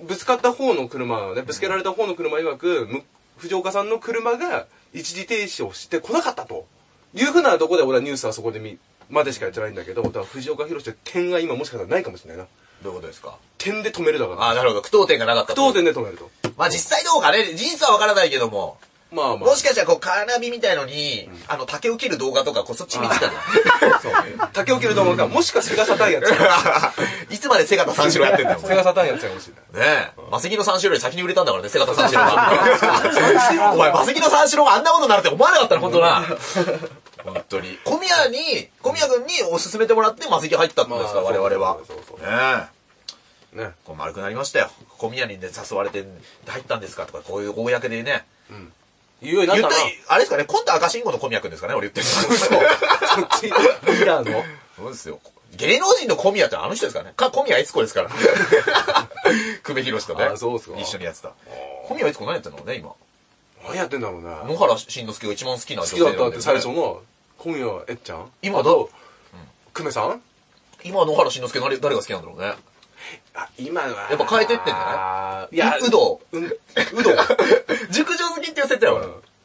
B: ぶつかった方の車はね、ぶつけられた方の車曰く、む藤岡さんの車が一時停止をしてこなかったと。いうふうなとこで俺はニュースはそこで見、までしかやってないんだけど、だから藤岡弘って点が今もしかしたらないかもしれないな。
A: どういうことですか
B: 点で止めるだから。
A: ああ、なるほど。苦闘点がなかった。
B: 不当点で止めると。
A: まあ実際どうかね、事実はわからないけども。
B: まあまあ。
A: もしかしたらこう、カーナビみたいのに、あの、竹を切る動画とか、こう、そっち見てたじ
B: そう。竹を切る動画か、もしかセガサタンやつ。
A: ゃ ん。 いつまでセガタ三四郎やってんだよ。
B: セガサタンやつやかもしれない。
A: ねえ。マセキの三四郎より先に売れたんだからね、セガタ三四郎 が。お前、マセキの三四郎があんなことになるって思わなかったの、本当な。本当に。小宮に、小宮君にお勧めてもらってマセキ入ったんですから、
B: まあ
A: 我々は
B: そうそうそう。
A: ねえ。
B: ね。
A: こう丸くなりましたよ。小宮にね、誘われて入ったんですかとか、こういう公でね。
B: 言うようになっ
A: 言ったた
B: な。
A: あれですかね、今度赤信号の小宮くんですかね、俺言ってるの。
B: そう。そっち、 リーダーの。
A: そうですよ。芸能人の小宮ってあの人ですからね。か、小宮悦子です から。久米宏とね。
B: あそうっすか
A: 一緒にやってた。小宮悦子何やってんのね、今。
B: 何やってんだろうね。
A: 野原慎之介が一番好きな
B: 好
A: 女
B: き
A: 性
B: だ
A: なん
B: っ
A: で、
B: たって最初の、今夜はえっちゃん
A: 今だ
B: と、久米さん
A: 今野原慎之介誰誰が好きなんだろうね。
B: あ、今は。
A: やっぱ変えてってんじゃ
B: いや、
A: うう ど
B: うん、うどん。
A: 熟女好きっていう設定やわ。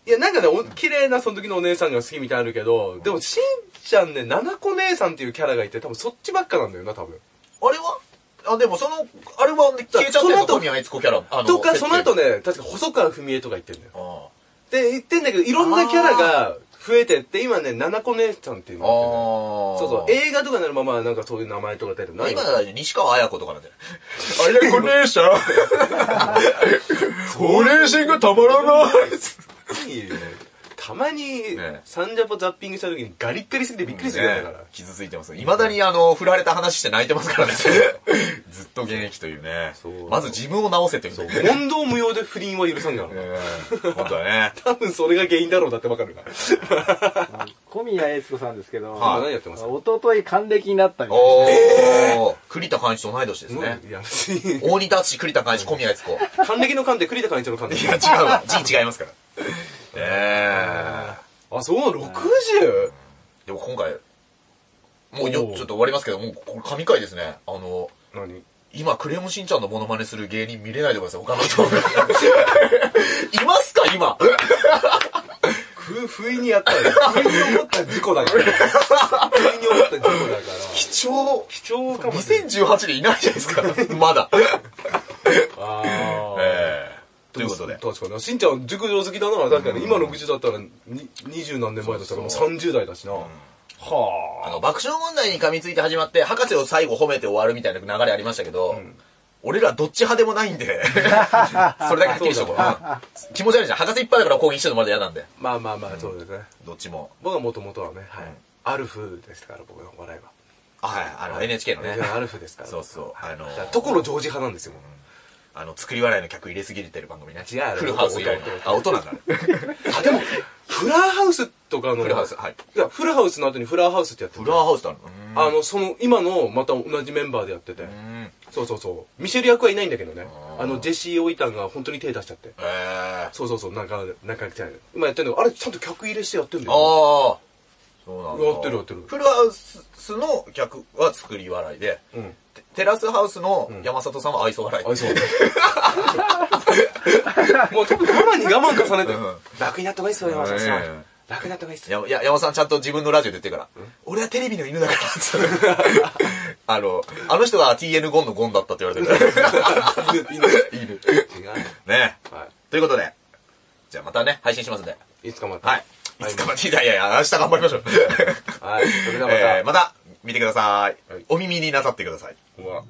B: いや、なんかね、お綺麗なその時のお姉さんが好きみたいなのあるけど、でも、しんちゃんね、七子姉さんっていうキャラがいて、多分そっちばっかなんだよな、多分。
A: あれはあ、でもその、あれは消えちゃってる
B: その後
A: 小宮悦子キャラ。あの
B: とか、その後
A: ね。
B: ね、確か細川文江とか言ってんだよ。
A: あ
B: で、言ってんだけど、いろんなキャラが増えてって、今ね、七子姉さんっていう
A: あ。
B: のがいてねそ
A: そう
B: そう、映画とかになるまま、なんかそういう名前とか出るな。
A: 今だ、西川綾子とかなんじゃないあれ、これ しゃお礼シーンがたまらない
B: いいよねたまに
A: ね、
B: サンジャポザッピングした時にガリッガリすぎてびっくりするよねだから。
A: 傷ついてます。未だにあの、振られた話して泣いてます からね。ずっと現役というね
B: そう。
A: まず自分を直せという。ね
B: 問答無用で不倫は許さんからな。
A: 本当だね。
B: 多分それが原因だろうなってわかるな。
C: 小宮悦子さんですけど、
A: はい
B: 何やってます
C: おととい還暦になったみたい
A: おー。栗田寛一と同い年ですね。
B: いや、別に
A: 大仁田敦、栗田寛一、小宮悦子。
B: 還暦の勘で栗田館長の勘で
A: い。や、違うわ。字違いますから。え
B: あ、そう、60?
A: えでも今回、もうよ、ちょっと終わりますけど、もう、これ神回ですね。あの、
B: 何
A: 今、クレヨンしんちゃんのモノマネする芸人見れないでください、他の人。 いますか、今。
B: ふ、不意にやったよ。不意に思った事故 だから。不意に思った事故だから。
A: 貴重。
B: 貴重かもしれない。
A: 2018でいないじゃないですか、まだ。
B: あー
A: ええということで。
B: 確かにな。しんちゃん、熟女好きだな。確かに。今60だったら、に二十何年前だったらもう30代だしな。は
A: あの、爆笑問題に噛みついて始まって、博士を最後褒めて終わるみたいな流れありましたけど、俺らどっち派でもないん で、それだけはっきりしとこう。うん気持ち悪いじゃん。博士いっぱいだから攻撃してるのまだ嫌なんで。
B: まあまあまあ、そうですね。
A: どっちも。
B: 僕はもともとはね、はい。アルフですから、僕の笑いは。
A: あはい、あの、NHK のね。
B: アルフですから。
A: そうそう。あの
B: だから、ところジョージ派なんですよ。
A: あの、作り笑いの客入れすぎてる番組ね。
B: 違うよ
A: フルハウス以来の
B: 音。
A: あ、音なんだね。
B: あ、でも、フラーハウスとかの、
A: フルハウス、はい。
B: いや、フラーハウスの後にフラーハウスってやって
A: フ
B: て
A: ルハウスってある
B: あの、その、今の、また同じメンバーでやってて。
A: のうん。
B: そうそうそう。ミシェル役はいないんだけどね。あの、ジェシー・オイタンが本当に手出しちゃって。
A: ええー。
B: そうそうそう、なんか、なんか来てない。今やってんのあれ、ちゃんと客入れしてやってんだよ。
A: ああ。そうなんだ。
B: やってるやってる
A: フルハウスの客は作り笑いで、
B: うん。
A: テテラスハウスの山里さんは愛想笑い。
B: あ、 そう。もう、多分ママに我慢重ねて
A: うん。
B: 楽になった方がいいっすよ、山下さ
A: うんん。
B: 楽になった方がいいっすよ。
A: や、や、山さんちゃんと自分のラジオで言ってるから、俺はテレビの犬だからって、 あの、あの人が TN5 のゴンだったって言われて るから。
B: 犬、犬。
A: 犬。
B: 違う。
A: ね
B: は
A: ということで、じゃあまたね、配信しますんで。
B: い。いつかまた。
A: はい。いつかまで、いやいやいや、明日頑張りま しょう。
B: はい。それではまた。
A: えーまた見てください
B: はい。
A: お耳になさってください。
B: うわ